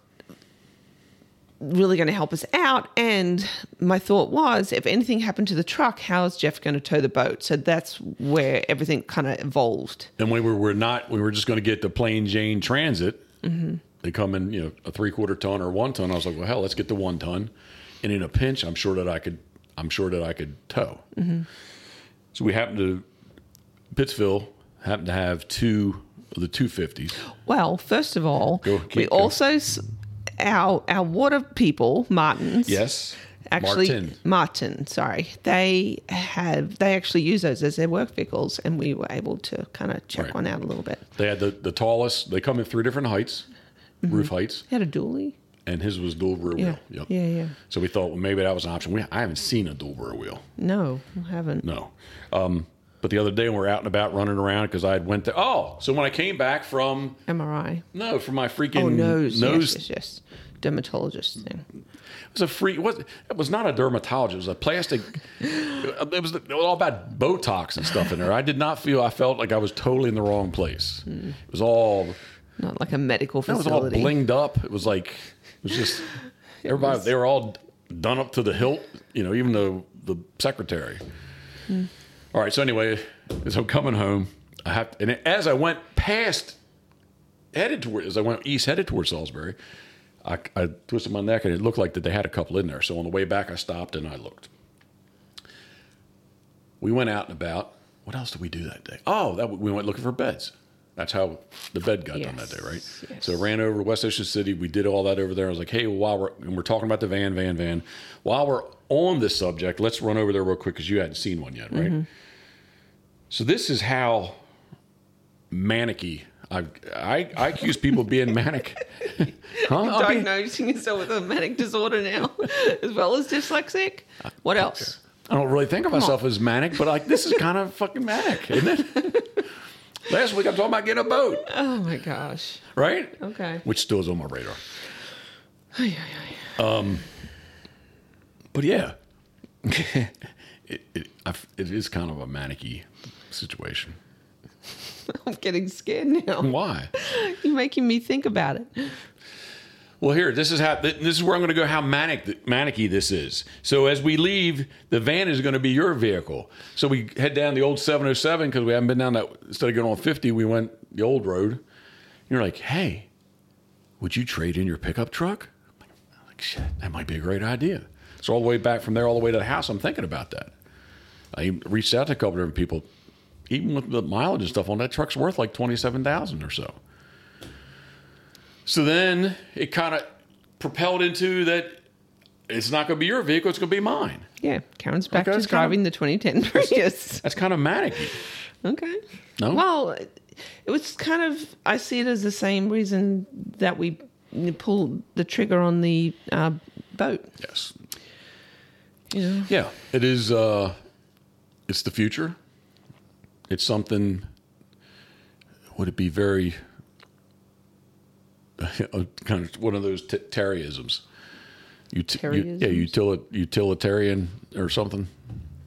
S2: really going to help us out. And my thought was, if anything happened to the truck, how is Jeff going to tow the boat? So that's where everything kind of evolved.
S1: And we were, we're not, we were just going to get the plain Jane Transit.
S2: Mm-hmm.
S1: They come in, you know, a three quarter ton or one ton. I was like, well, hell, let's get the one ton. And in a pinch, I'm sure that I could, I'm sure that I could tow.
S2: Mm-hmm.
S1: So we happened to, Pittsville happened to have two of the 250s.
S2: Well, first of all,
S1: Go,
S2: we
S1: keep going.
S2: also s- our our water people, Martins.
S1: Yes.
S2: Actually,
S1: Martin.
S2: Martin, sorry. They have they actually use those as their work vehicles, and we were able to kind of check
S1: Right.
S2: one out a little bit.
S1: They had the, the tallest. They come in three different heights, roof heights,
S2: He had a dually.
S1: and his was dual rear
S2: Mm-hmm. Yeah.
S1: wheel. Yep.
S2: Yeah, yeah.
S1: So we thought, well, maybe that was an option. We, I haven't seen a dual rear wheel.
S2: No, I haven't.
S1: No. Um, but the other day when we were out and about running around because I had went there. Oh, so when I came back from
S2: MRI.
S1: no from my freaking
S2: Oh, nose.
S1: nose
S2: Yes, yes, yes. Dermatologist thing.
S1: It's a free. What? It was not a dermatologist. It was a plastic. [laughs] It was, it was all about Botox and stuff in there. I did not feel. I felt like I was totally in the wrong place.
S2: Hmm.
S1: It was all.
S2: Not like a medical
S1: It was all
S2: facility. [laughs]
S1: blinged up. It was like it was just everybody. They were all done up to the hilt. You know, even the the secretary. All right. So anyway, so coming home, I have and as I went past, headed toward as I went east, headed toward Salisbury, I, I twisted my neck and it looked like that they had a couple in there. So on the way back, I stopped and I looked. We went out and about. What else did we do that day? Oh, that we went looking for beds. That's how the bed got done that
S2: Yes,
S1: day, right?
S2: yes.
S1: So ran over to West Ocean City. We did all that over there. I was like, hey, while we're and we're talking about the van, van, van. While we're on this subject, let's run over there real quick because you hadn't seen one yet,
S2: Mm-hmm.
S1: right? So this is how manicky I I, I accuse people of being manic. huh? I'm being-
S2: Diagnosing yourself with a manic disorder now, [laughs] as well as dyslexic. What
S1: Ah,
S2: else?
S1: I don't really think of myself as manic, but like this is kind of fucking manic, isn't it? Last week I'm talking about getting a boat,
S2: Oh my gosh.
S1: right?
S2: Okay.
S1: Which still is on my radar.
S2: [laughs] Ay, ay,
S1: But yeah, it, it, I f it is kind of a manicky situation.
S2: ay. I'm getting scared now. [laughs]
S1: Why?
S2: You're making me think about it.
S1: Well, here, this is how th- this is where I'm going to go. How manic, manicky this is. So as we leave, the van is going to be your vehicle. So we head down the old 707 because we haven't been down that. Instead of going on 50, we went the old road. You're like, hey, would you trade in your pickup truck? I'm like, shit, that might be a great idea. So all the way back from there, all the way to the house, I'm thinking about that. I even reached out to a couple different people. Even with the mileage and stuff on that truck's worth like twenty seven thousand or so. So then it kind of propelled into that it's not going to be your vehicle; it's going to be mine.
S2: Yeah, Karen's back
S1: Okay,
S2: to
S1: it's kind of-
S2: driving the 2010 [laughs] Prius.
S1: That's kind of manic.
S2: Okay.
S1: No?
S2: Well, it it was kind of, I see it as the same reason that we pulled the trigger on the uh, boat.
S1: Yes.
S2: You know?
S1: Yeah. It is. uh It's the future. It's something. Would it be very? [laughs] kind of one of those t- Terryisms. Ut- u- yeah,
S2: Terryisms?
S1: utili- utilitarian or something.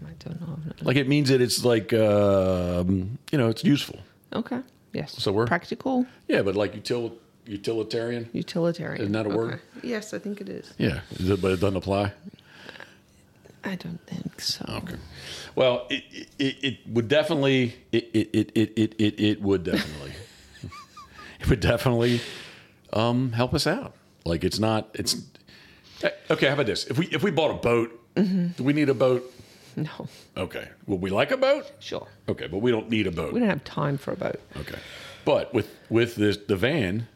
S2: I don't know. I'm not-
S1: Like it means that it's like um, you know it's useful.
S2: Okay. Yes.
S1: So we're-
S2: practical,
S1: Yeah, but like util- utilitarian.
S2: utilitarian.
S1: Isn't that a word?
S2: Okay. Yes, I think it is.
S1: Yeah, is it- but it doesn't apply.
S2: I don't think so.
S1: Okay. Well, it it, it- it would definitely it it it it it, it, it would definitely [laughs] it would definitely um, help us out. Like it's not it's eh, okay. How about this? If we if we bought a boat,
S2: Mm-hmm.
S1: do we need a boat?
S2: No.
S1: Okay. Would we like a boat?
S2: Sure.
S1: Okay, but we don't need a
S2: We
S1: boat.
S2: don't have time for a boat.
S1: Okay. But with with this the van.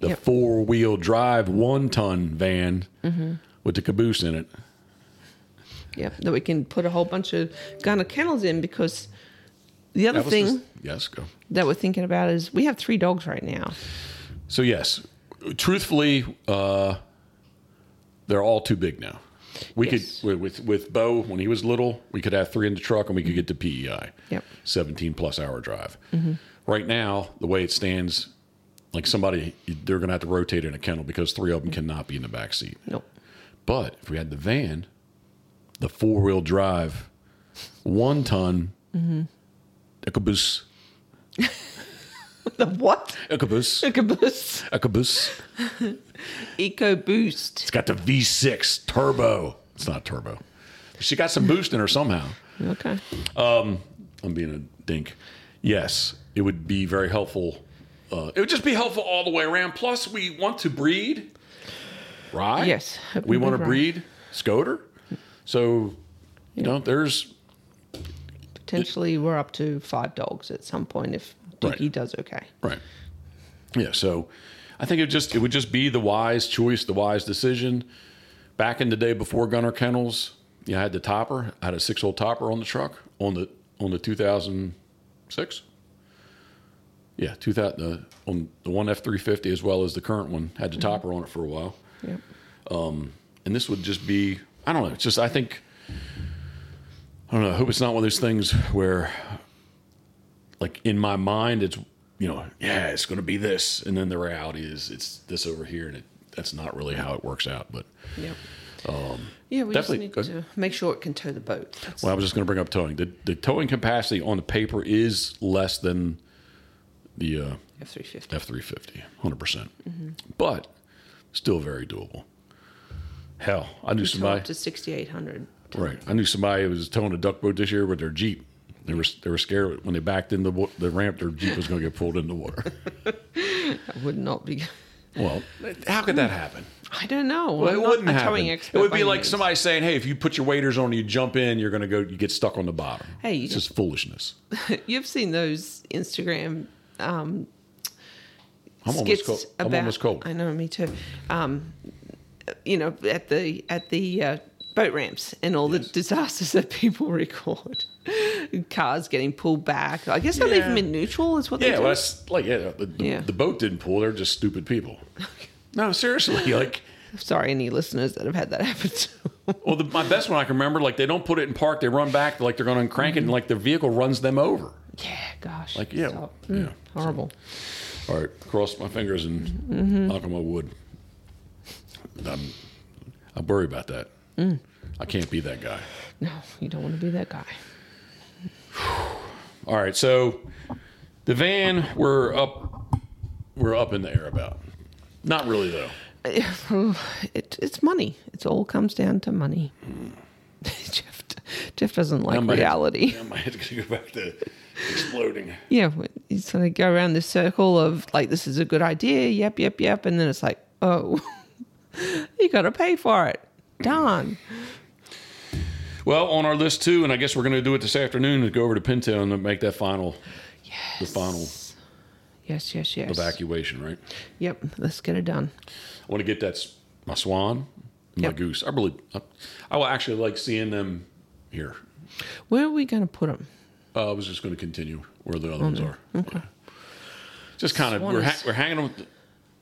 S1: The
S2: Yep.
S1: four wheel drive one ton van
S2: Mm-hmm.
S1: with the caboose in it.
S2: Yep. That we can put a whole bunch of gunner kennels in because the other
S1: That was
S2: thing
S1: just- yes, go.
S2: that we're thinking about is we have three dogs right now.
S1: So yes, truthfully, uh, they're all too big now. We
S2: Yes.
S1: could with with Bo when he was little, we could have three in the truck and we could get to PEI.
S2: Yep. Mm-hmm.
S1: seventeen plus hour drive. Right now, the way it stands, like somebody they're going to have to rotate in a kennel because three of them cannot be in the back seat. [laughs]
S2: Nope.
S1: But if we had the van, the four wheel drive, one ton,
S2: Mm-hmm.
S1: a caboose,
S2: The what?
S1: a caboose,
S2: [laughs] Icoboost.
S1: a caboose.
S2: EcoBoost.
S1: It's got the V6 turbo. It's not turbo. She got some boost in her somehow.
S2: Okay.
S1: I'm being a dink. Yes, it would be very helpful. Uh, it would just be helpful all the way around. Plus, we want to breed rye.
S2: Yes, open
S1: we want to
S2: breed rye.
S1: breed Scoter. So, you know, there's
S2: Potentially, we're up to five dogs at some point if
S1: Right.
S2: Dookie does okay.
S1: Right. Yeah. So I think it just it would just be the wise choice, the wise decision. Back in the day before Gunner Kennels, you know, I had the topper. I had a six hole topper on the truck on the on the two thousand six. Yeah, two thousand uh, on the one F three fifty as well as the current one had the topper on it for a while,
S2: Yep.
S1: and this would just be I don't know. It's just I think I don't know. I hope it's not one of those things where, like in my mind, it's you know, yeah, it's going to be this, and then the reality is it's this over here, and it that's not really how it works out. But
S2: Yep. yeah,
S1: Um,
S2: we just
S1: definitely
S2: need
S1: good.
S2: to make sure it can tow the boat. That's-
S1: well, I was just going to bring up towing. The, the towing capacity on the paper is less than the uh,
S2: F three fifty.
S1: F three fifty, hundred percent, but still very doable. Hell, I knew
S2: Up
S1: somebody.
S2: to sixty eight hundred.
S1: Right, I knew somebody who was towing a duck boat this year with their jeep. They were they were scared when they backed into wa- the ramp. Their jeep was going to get pulled in the water.
S2: [laughs] That would not be.
S1: Well, how could that happen?
S2: [laughs] I don't know.
S1: Well,
S2: I'm
S1: it
S2: not
S1: wouldn't
S2: a
S1: happen.
S2: towing
S1: It
S2: expert
S1: would
S2: by
S1: be like
S2: means.
S1: somebody saying, "Hey, if you put your waders on, you jump in, you're going to go, you get stuck on the bottom."
S2: Hey, you
S1: it's just foolishness.
S2: [laughs] You've seen those Instagram um,
S1: I'm almost
S2: skits
S1: cold.
S2: about.
S1: I'm almost cold.
S2: I know, me too. Um, you know, at the at the uh, boat ramps and all the disasters that people [laughs] record, cars getting pulled back. I guess they leave
S1: Yeah.
S2: them in neutral. Is what they
S1: Yeah,
S2: do.
S1: well, that's like yeah the, the,
S2: Yeah.
S1: the boat didn't pull. They're just stupid people. No, seriously, [laughs] like.
S2: Sorry, any listeners that have had that [laughs] happen. To.
S1: Well, the, my best one I can remember, like they don't put it in park; they run back, like they're going to crank it, and like the vehicle runs them over.
S2: Yeah, gosh.
S1: Like, yeah,
S2: stop.
S1: yeah.
S2: Mm, horrible.
S1: All right, cross my fingers and knock on my wood. I'm, I worry about that. I can't be that guy.
S2: No, you don't want to be that guy. [sighs]
S1: All right, so the van we're up, we're up in the air about. Not really though.
S2: It, it's money. It all comes down to money.
S1: Mm.
S2: [laughs] Jeff, Jeff doesn't like
S1: my head's-
S2: reality.
S1: Yeah, my head's gonna go back to exploding.
S2: Yeah, w- you sort of go around this circle of like, this is a good idea. Yep, yep, yep. And then it's like, oh, [laughs] you got to pay for it. Darn.
S1: Well, on our list too, and I guess we're going to do it this afternoon is go over to Pintown and make that final, the final
S2: Yes, yes, yes.
S1: evacuation. Right.
S2: Yep, let's get it done.
S1: I want to get that s- my swan, and my
S2: Yep.
S1: goose. I really, I, I will actually like seeing them here.
S2: Where are we going to put them?
S1: Uh, I was just going to continue where the other ones are. Mm-hmm. Okay. Just kind of
S2: Swan
S1: we're ha-
S2: is-
S1: we're hanging on. With,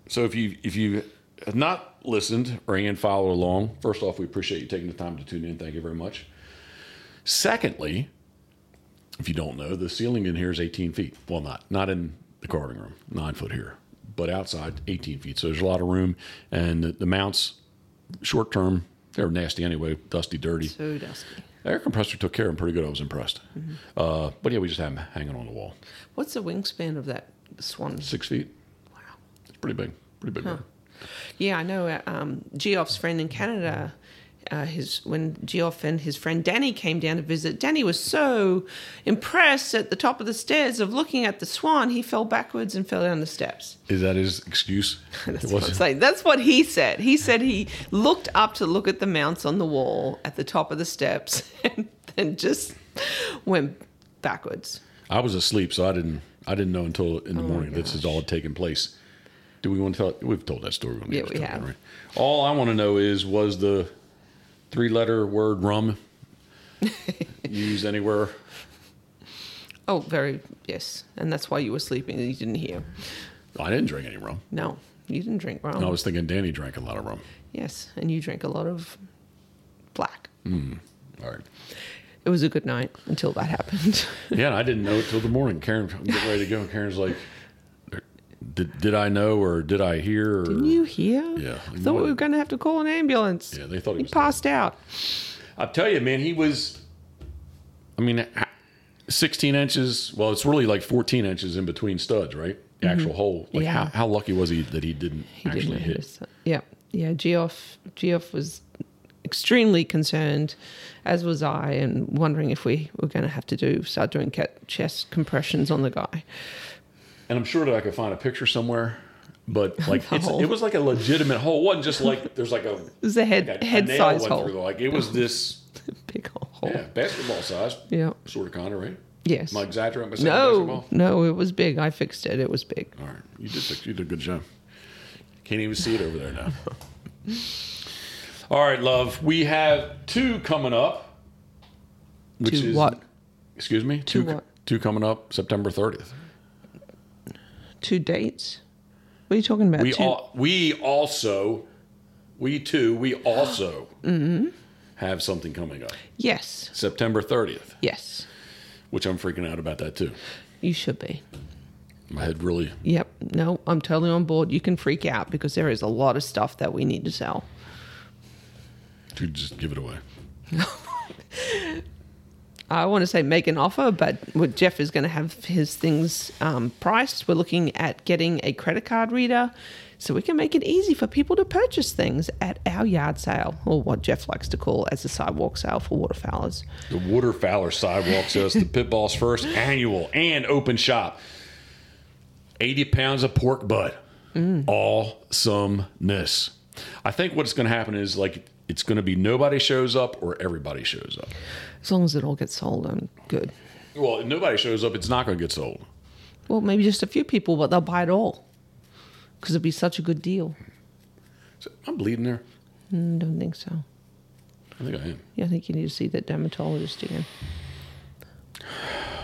S1: so if you if you have not listened or and followed along, first off, we appreciate you taking the time to tune in. Thank you very much. Secondly, if you don't know, the ceiling in here is 18 feet. Well, not not in the carving room, nine foot here, but outside 18 feet. So there's a lot of room, and the, the mounts, short term, they're nasty anyway, dusty, dirty.
S2: So dusty.
S1: The air compressor took care of him pretty good. I was impressed.
S2: Mm-hmm.
S1: Uh, but yeah, we just had him hanging on the wall.
S2: What's the wingspan of that swan?
S1: Six feet.
S2: Wow.
S1: It's pretty big. Pretty big. bird.
S2: Yeah, I know. uh, Um, Geoff's friend in Canada, uh, his when Geoff and his friend Danny came down to visit, Danny was so impressed at the top of the stairs of looking at the swan, he fell backwards and fell down the steps.
S1: Is that his excuse?
S2: [laughs]
S1: It
S2: That's what, I'm
S1: wasn't-
S2: saying. That's what he said. He said he looked up to look at the mounts on the wall at the top of the steps, [laughs] and then just went backwards.
S1: I was asleep, so I didn't. I didn't know until in the
S2: Oh
S1: morning this is all had taken place. Do we want to tell? We've told that story. on the
S2: Yeah,
S1: other
S2: we
S1: story,
S2: have.
S1: right? All I want to know is was the three-letter word
S2: [laughs]
S1: rum used anywhere?
S2: Oh, very yes, and that's why you were sleeping and you didn't hear.
S1: I didn't drink any rum.
S2: No, you didn't drink rum.
S1: I was thinking Danny drank a lot of rum.
S2: Yes, and you drank a lot of black.
S1: All right.
S2: It was a good night until that happened. [laughs]
S1: Yeah, and I didn't know it till the morning. Karen, I'm getting ready to go. And Karen's like, did, did I know or did I hear? Or...
S2: Didn't you hear?
S1: Yeah.
S2: I thought we were going to have to call an ambulance.
S1: Yeah, they thought he
S2: he
S1: was
S2: passed out.
S1: I'll tell you, man, he was, I mean, h- 16 inches. Well, it's really like 14 inches in between studs, right? The actual hole. Like,
S2: Mm-hmm. Yeah.
S1: How, how lucky was he that he didn't
S2: He
S1: actually
S2: didn't
S1: hit?
S2: notice that. Yeah, yeah. Geoff, Geoff was extremely concerned, as was I, and wondering if we were going to have to do start doing cat chest compressions on the guy.
S1: And I'm sure that I could find a picture somewhere.
S2: [laughs]
S1: But like it's,
S2: hole.
S1: it was like a legitimate hole. It wasn't just like there's like a,
S2: It was a head
S1: like a, a
S2: head
S1: nail
S2: size
S1: went
S2: hole,
S1: through the- Like it was
S2: [laughs]
S1: this
S2: big hole.
S1: yeah, basketball size.
S2: Yeah.
S1: Sort of kind of right.
S2: Yes.
S1: Am I exaggerating by saying
S2: No,
S1: basketball?
S2: no, it was big. I fixed it. It was big.
S1: All right, you did you did a good job. Can't even see it over there now. [laughs] All right, love. We have two coming up. Which
S2: Two what?
S1: Excuse me.
S2: Two
S1: co-
S2: what?
S1: Two coming up September thirtieth.
S2: Two dates. What are you talking about?
S1: We
S2: Two-
S1: all we also we too we
S2: [gasps]
S1: also
S2: Mm-hmm.
S1: have something coming up
S2: yes,
S1: September thirtieth,
S2: yes.
S1: which I'm freaking out about that too.
S2: You should be.
S1: My head really.
S2: Yep. No, I'm totally on board. You can freak out because there is a lot of stuff that we need to sell.
S1: Dude, just give it away.
S2: I want to say make an offer, but what Jeff is going to have his things um, priced. We're looking at getting a credit card reader so we can make it easy for people to purchase things at our yard sale, or what Jeff likes to call as a sidewalk sale for waterfowlers.
S1: The Waterfowler Sidewalk says the Pit Boss first annual and open shop. 80 pounds of pork butt. Awesomeness. I think what's going to happen is like it's going to be nobody shows up or everybody shows up.
S2: As long as it all gets sold, I'm good.
S1: Well, if nobody shows up, it's not going to get sold.
S2: Well, maybe just a few people, but they'll buy it all because it'd be such a good deal.
S1: So I'm bleeding there.
S2: Mm, don't think so.
S1: I think I am.
S2: Yeah, I think you need to see that dermatologist again.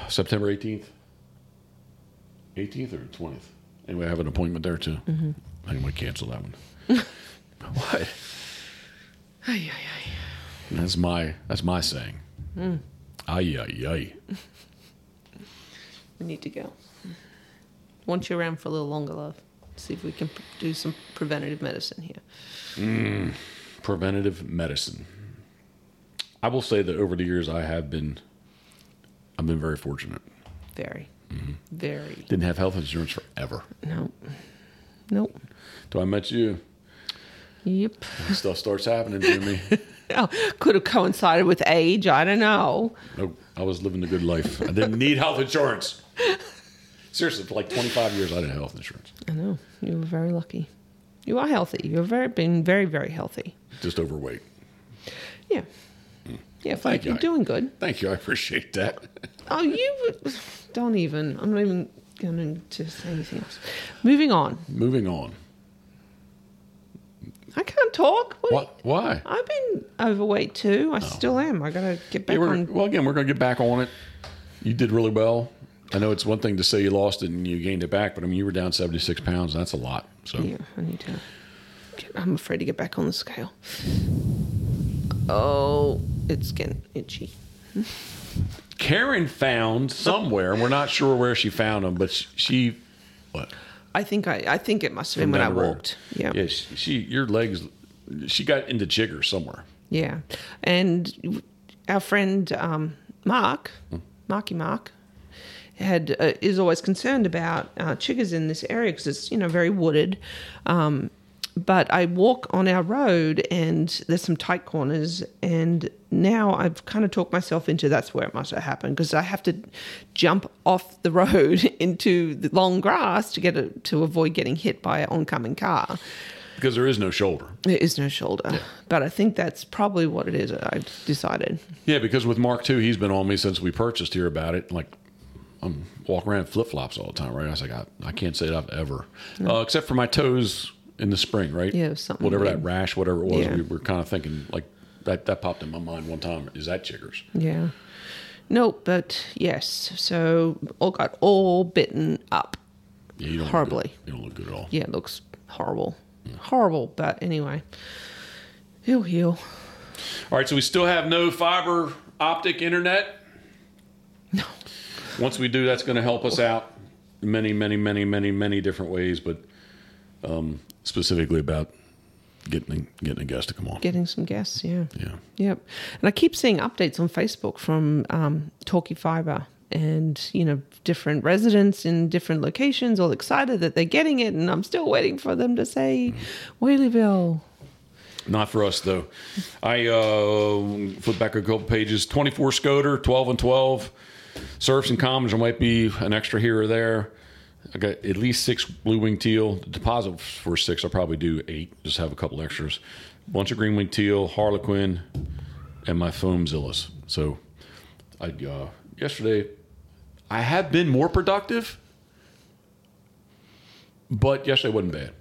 S1: September 18th. 18th or 20th? Anyway, I have an appointment there too. I think I might cancel that one. what?
S2: Ay, ay, ay.
S1: That's my that's my saying. Ay ay ay.
S2: We need to go. Want you around for a little longer, love. See if we can p- do some preventative medicine here.
S1: Preventative medicine. I will say that over the years I have been I've been very fortunate.
S2: Very,
S1: Mm-hmm.
S2: very.
S1: Didn't have health insurance forever.
S2: No. Nope.
S1: Till I met you.
S2: Yep.
S1: Stuff starts happening to me.
S2: Oh, could have coincided with age. I don't know.
S1: Nope. I was living the good life. I didn't need health insurance. Seriously, for like 25 years, I didn't have health insurance.
S2: I know. You were very lucky. You are healthy. You've very been very, very healthy.
S1: Just overweight.
S2: Yeah. Yeah,
S1: Thank
S2: thank you're
S1: you.
S2: doing good.
S1: Thank you. I appreciate that.
S2: Oh, you don't even. I'm not even going to say anything else. Moving on.
S1: Moving on.
S2: I can't talk. What?
S1: What? Why?
S2: I've been overweight too. I still am. I gotta get back
S1: Yeah, Oh. we're-
S2: on.
S1: well, again, we're going to get back on it. You did really well. I know it's one thing to say you lost it and you gained it back, but I mean, you were down 76 pounds. That's a lot. So
S2: Yeah, I need to. Get, I'm afraid to get back on the scale. Oh, it's getting itchy.
S1: Karen found somewhere, and we're not sure where she found them, but sh- she, what?
S2: I think I. I think it must have been when I
S1: down the road.
S2: walked. Yeah.
S1: Yeah. She, she, your legs, she got into jigger somewhere.
S2: Yeah. And our friend um, Mark, Marky Mark, had uh, is always concerned about uh, chiggers in this area because it's you know very wooded. Um, but I walk on our road and there's some tight corners, and now I've kind of talked myself into that's where it must have happened because I have to jump off the road [laughs] into the long grass to get a, to avoid getting hit by an oncoming car.
S1: Because there is no shoulder.
S2: There is no shoulder. But I think that's probably what it is. I decided.
S1: Yeah, because with Mark too, he's been on me since we purchased here about it. Like, I'm walking around in flip flops all the time, right? I was like, I, I can't say that I've ever, uh, except for my toes in the spring, right?
S2: Yeah, it was something
S1: Whatever that
S2: weird.
S1: rash, whatever it was,
S2: Yeah.
S1: we were kind of thinking like that. That popped in my mind one time. Is that chiggers?
S2: Yeah. No, but yes. So all got all bitten up.
S1: Yeah, you don't look
S2: Horribly.
S1: good. You don't look good at all.
S2: Yeah, it looks horrible. Horrible. But anyway, he'll heal.
S1: All right, so we still have no fiber optic internet.
S2: No.
S1: Once we do, that's going to help us out in many, many, many, many, many different ways, but um, specifically about getting getting a guest to come on.
S2: Getting some gas. Yeah.
S1: yeah.
S2: Yep. And I keep seeing updates on Facebook from um, Talkie Fiber and, you know, different residents in different locations all excited that they're getting it. And I'm still waiting for them to say, Whaleyville.
S1: Not for us though. I uh, flip back a couple pages. Twenty four Scoter, twelve and twelve. Surfs and commons. There might be an extra here or there. I got at least six blue wing teal. The deposit for six. I'll probably do eight. Just have a couple extras. Bunch of green wing teal, harlequin, and my foam zillas. So, I uh, yesterday I have been more productive, but yesterday wasn't bad.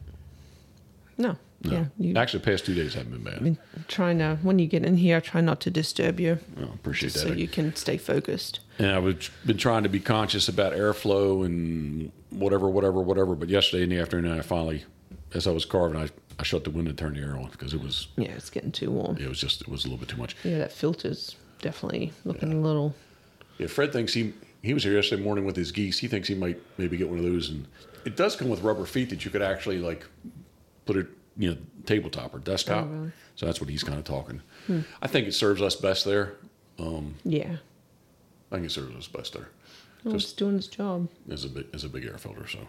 S2: No.
S1: No.
S2: Yeah. You,
S1: Actually, past two days haven't been bad.
S2: been trying to when you get in here I try not to disturb you
S1: I appreciate that.
S2: so you can stay focused
S1: and I've been trying to be conscious about airflow and whatever, whatever, whatever. But yesterday in the afternoon, I finally, as I was carving, I, I shut the window and turned the air on because it was
S2: yeah it's getting too warm yeah,
S1: it was just it was a little bit too much.
S2: that filter's definitely looking a little
S1: Yeah, Fred thinks he he was here yesterday morning with his geese. He thinks he might maybe get one of those, and it does come with rubber feet that you could actually like put it, you know, tabletop or desktop.
S2: really?
S1: So that's what he's kind of talking. I think it serves us best there.
S2: Yeah.
S1: I think it serves us best there.
S2: Well,
S1: Just-
S2: it's doing its job.
S1: is a big is a big air filter. So,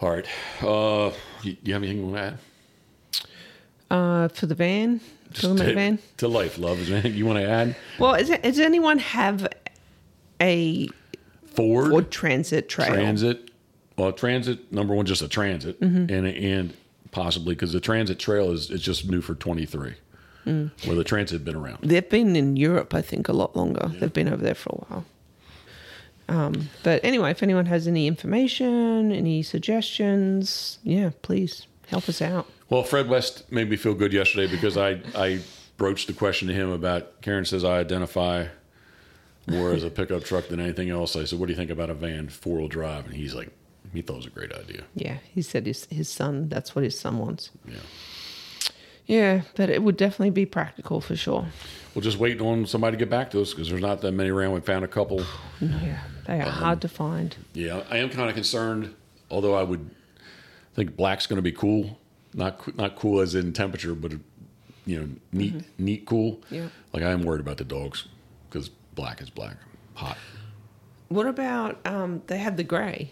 S1: all right. Uh, you, you have anything you want to add?
S2: Uh, for the van, talking about the
S1: to,
S2: van.
S1: to life, love. Is there anything you want to add?
S2: Well, is it, does anyone have a
S1: Ford,
S2: Ford Transit trail?
S1: Transit. Well, Transit number one, just a Transit, and and possibly because the Transit Trail is it's just new for twenty three, where the Transit had been around.
S2: They've been in Europe, I think, a lot longer. They've been over there for a while. Um, but anyway, if anyone has any information, any suggestions, yeah, please help us out.
S1: Well, Fred West made me feel good yesterday because I I broached the question to him about Karen says I identify more as a pickup truck than anything else. I said, "What do you think about a van, four wheel drive?" And he's like, "He thought it was a great idea."
S2: Yeah, he said his his son. That's what his son wants.
S1: Yeah.
S2: Yeah, but it would definitely be practical for sure.
S1: We'll just wait on somebody to get back to us because there's not that many around. We found a couple.
S2: Yeah, they
S1: Um,
S2: are hard to find.
S1: Yeah, I am kind of concerned. Although I would think black's going to be cool, not co- not cool as in temperature, but you know, neat, neat cool.
S2: Yeah.
S1: Like I am worried about the dogs because black is black, hot.
S2: What about um? They had the grey.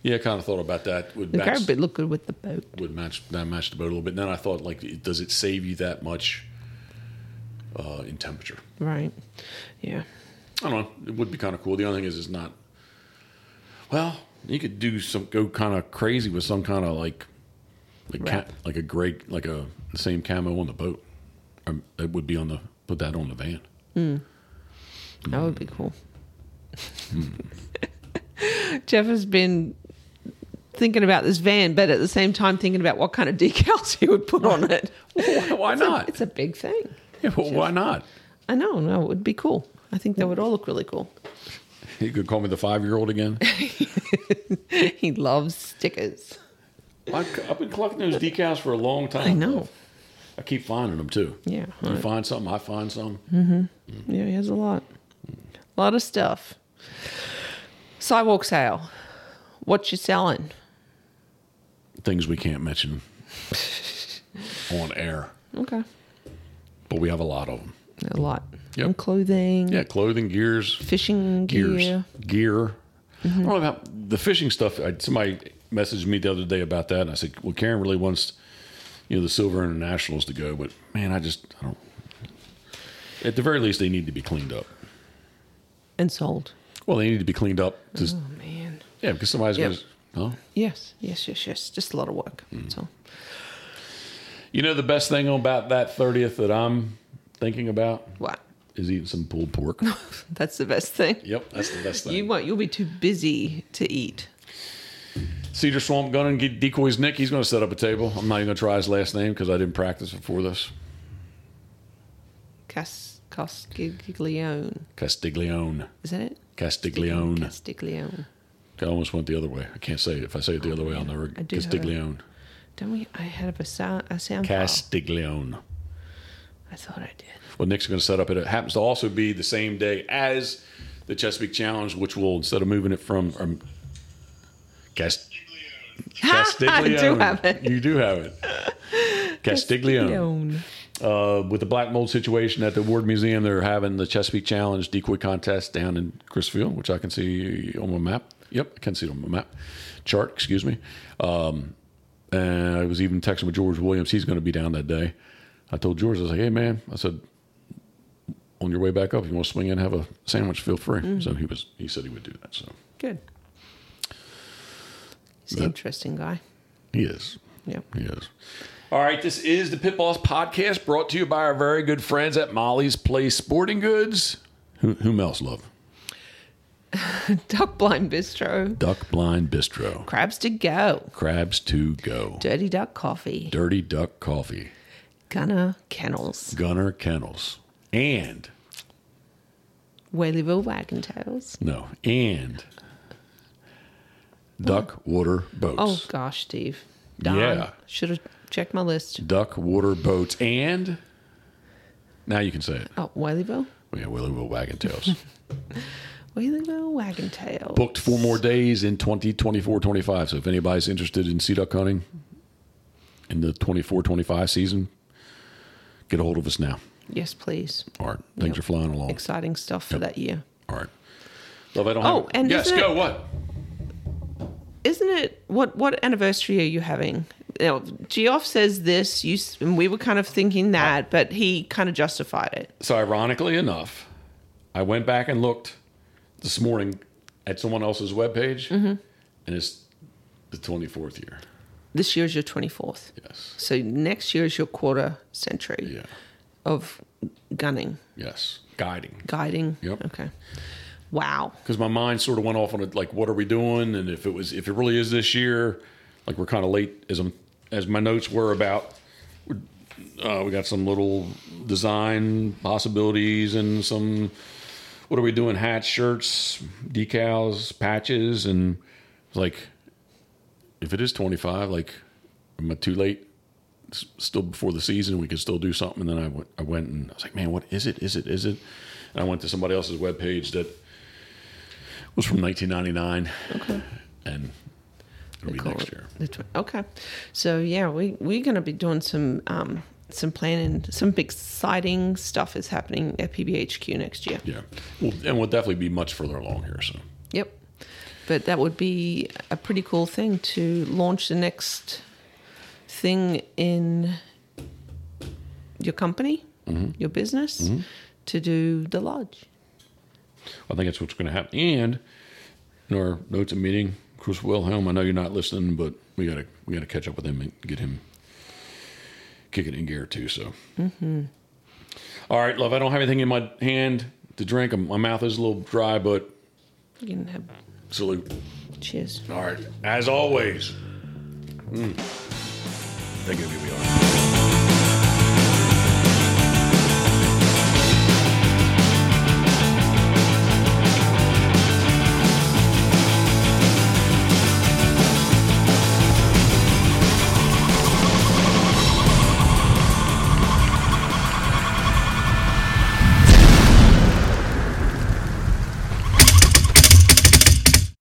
S1: Yeah, I kind of thought about that. Would
S2: The grey
S1: match,
S2: would look good with the boat.
S1: would match that match the boat a little bit. And then I thought, like, it- does it save you that much uh, in temperature?
S2: Right. Yeah.
S1: I don't know. It would be kind of cool. The only thing is, it's not. Well, you could do some go kind of crazy with some kind of like, like ca-
S2: Wrap.
S1: like a gray like a the same camo on the boat. Um, it would be on the put that on the
S2: [laughs]
S1: van.
S2: That would be cool. [laughs] Jeff has been thinking about this van, but at the same time thinking about what kind of [laughs] decals he would put on it.
S1: why
S2: It's a-
S1: not?
S2: it's a big thing.
S1: Yeah, well, why not?
S2: I know. No, it would be cool. I think they would all look really cool.
S1: You could call me the five year old
S2: [laughs]
S1: again.
S2: he loves stickers.
S1: I, have been collecting those decals for a long time.
S2: I know.
S1: I keep finding them too.
S2: Yeah,
S1: You
S2: right.
S1: find something, I find something.
S2: Yeah, he has a lot. A lot of stuff. Sidewalk sale. What you selling?
S1: Things we can't mention
S2: [laughs]
S1: on air,
S2: Okay.
S1: but we have a lot of them.
S2: A lot.
S1: Yep.
S2: And clothing,
S1: Yeah, clothing, gears,
S2: fishing gear. Mm-hmm.
S1: gears, gear. I don't know about the fishing stuff. I, somebody messaged me the other day about that, and I said, "Well, Karen really wants you know the Silver Internationals to go, but man, I just I don't. At the very least, they need to be cleaned up.
S2: And sold.
S1: Well, they need to be cleaned up. Just
S2: Oh, man.
S1: yeah, because somebody's
S2: Yep.
S1: going. to... Huh?
S2: Yes, yes, yes, yes. Just a lot of work. That's all.
S1: You know the best thing about that thirtieth that I'm thinking about
S2: What?
S1: is eating some pulled pork.
S2: [laughs] That's the best thing.
S1: yep, that's the best thing.
S2: You won't. You'll be too busy to eat.
S1: Cedar Swamp Gun and get decoys. Nick, he's going to set up a table. I'm not even going to try his last name because I didn't practice before this.
S2: Cas Castiglione.
S1: Castiglione.
S2: Is that it?
S1: Castiglione.
S2: Castiglione.
S1: I almost went the other way. I can't say it. If I say it the other way, I'll never.
S2: I do have a-
S1: Castiglione.
S2: Don't we? I had a sound. A sound file.
S1: Castiglione.
S2: I thought I did.
S1: Well, Nick's going to set up it. It happens to also be the same day as the Chesapeake Challenge, which will, instead of moving it from. Um,
S2: [laughs]
S1: Cast- Castiglione.
S2: I do have it.
S1: You do have it.
S2: [laughs]
S1: Castiglione. uh, with the black mold situation at the Ward Museum, they're having the Chesapeake Challenge decoy contest down in Chrisfield, which I can see on my map. Yep, I can see it on my map chart. Excuse me. Um, and I was even texting with George Williams. He's going to be down that day. I told George, I was like, "Hey, man," I said, "On your way back up, you want to swing in and have a sandwich? Feel free." So he was. He said he would do that. So
S2: Good. He's an
S1: That-
S2: interesting guy.
S1: he is.
S2: Yep.
S1: Yes. All right, this is the Pit Boss Podcast brought to you by our very good friends at Molly's Place Sporting Goods. Who, whom else, love?
S2: [laughs] Duck Blind Bistro.
S1: Duck Blind Bistro.
S2: Crabs to go.
S1: Crabs to go.
S2: Dirty Duck Coffee.
S1: Dirty Duck Coffee.
S2: Gunner Kennels.
S1: Gunner Kennels. And,
S2: Whaleyville Wagon Tails.
S1: no, and Duck Water Boats.
S2: Oh gosh, Steve. Darn.
S1: Yeah.
S2: Should have checked my list.
S1: Duck Water Boats. And, now you can say it.
S2: Oh, Whaleyville?
S1: Yeah, Wheelerville Wagon Tails.
S2: Wheelerville Wagon Tail.
S1: Booked four more days in 2024 25. So if anybody's interested in sea duck hunting in the 24 25 season, get a hold of us now.
S2: Yes, please.
S1: All right. Things
S2: Yep.
S1: are flying along.
S2: Exciting stuff for
S1: Yep.
S2: that year.
S1: All right. Love, I don't
S2: Oh,
S1: have.
S2: and
S1: yes,
S2: isn't
S1: go.
S2: it-
S1: What?
S2: Isn't it what what anniversary are you having? You know, Geoff says this, you s- and we were kind of thinking that, but he kind of justified it.
S1: So, ironically enough, I went back and looked this morning at someone else's webpage,
S2: Mm-hmm.
S1: and it's the 24th year.
S2: This year's your 24th.
S1: Yes.
S2: So next year's your quarter century
S1: Yeah.
S2: of gunning,
S1: Yes. Guiding.
S2: guiding.
S1: Yep.
S2: Okay. Wow.
S1: because my mind sort of went off on it, like what are we doing and if it was if it really is this year like we're kind of late as I'm, as my notes were about uh, we got some little design possibilities and some what are we doing hats shirts decals patches and like if it is 25 like am i too late S- still before the season we could still do something and then I went- I went and i was like man what is it is it is it and i went to somebody else's webpage that was from 1999 okay and it'll be
S2: Call
S1: next
S2: it
S1: year
S2: the tw- okay. So yeah, we we're going to be doing some um, some planning. Some big exciting stuff is happening at PBHQ next year.
S1: yeah well and we'll definitely be much further along here so
S2: Yep. But that would be a pretty cool thing to launch the next thing in your company, your business, to do the lodge.
S1: I think that's what's going to happen. And in our notes of meeting, Chris Wilhelm, I know you're not listening, but we got to we got to catch up with him and get him kicking in gear too. So, All right, love. I don't have anything in my hand to drink. My mouth is a little dry, but
S2: You can have
S1: salute.
S2: cheers.
S1: All right, as always. Mm. Thank you, we are.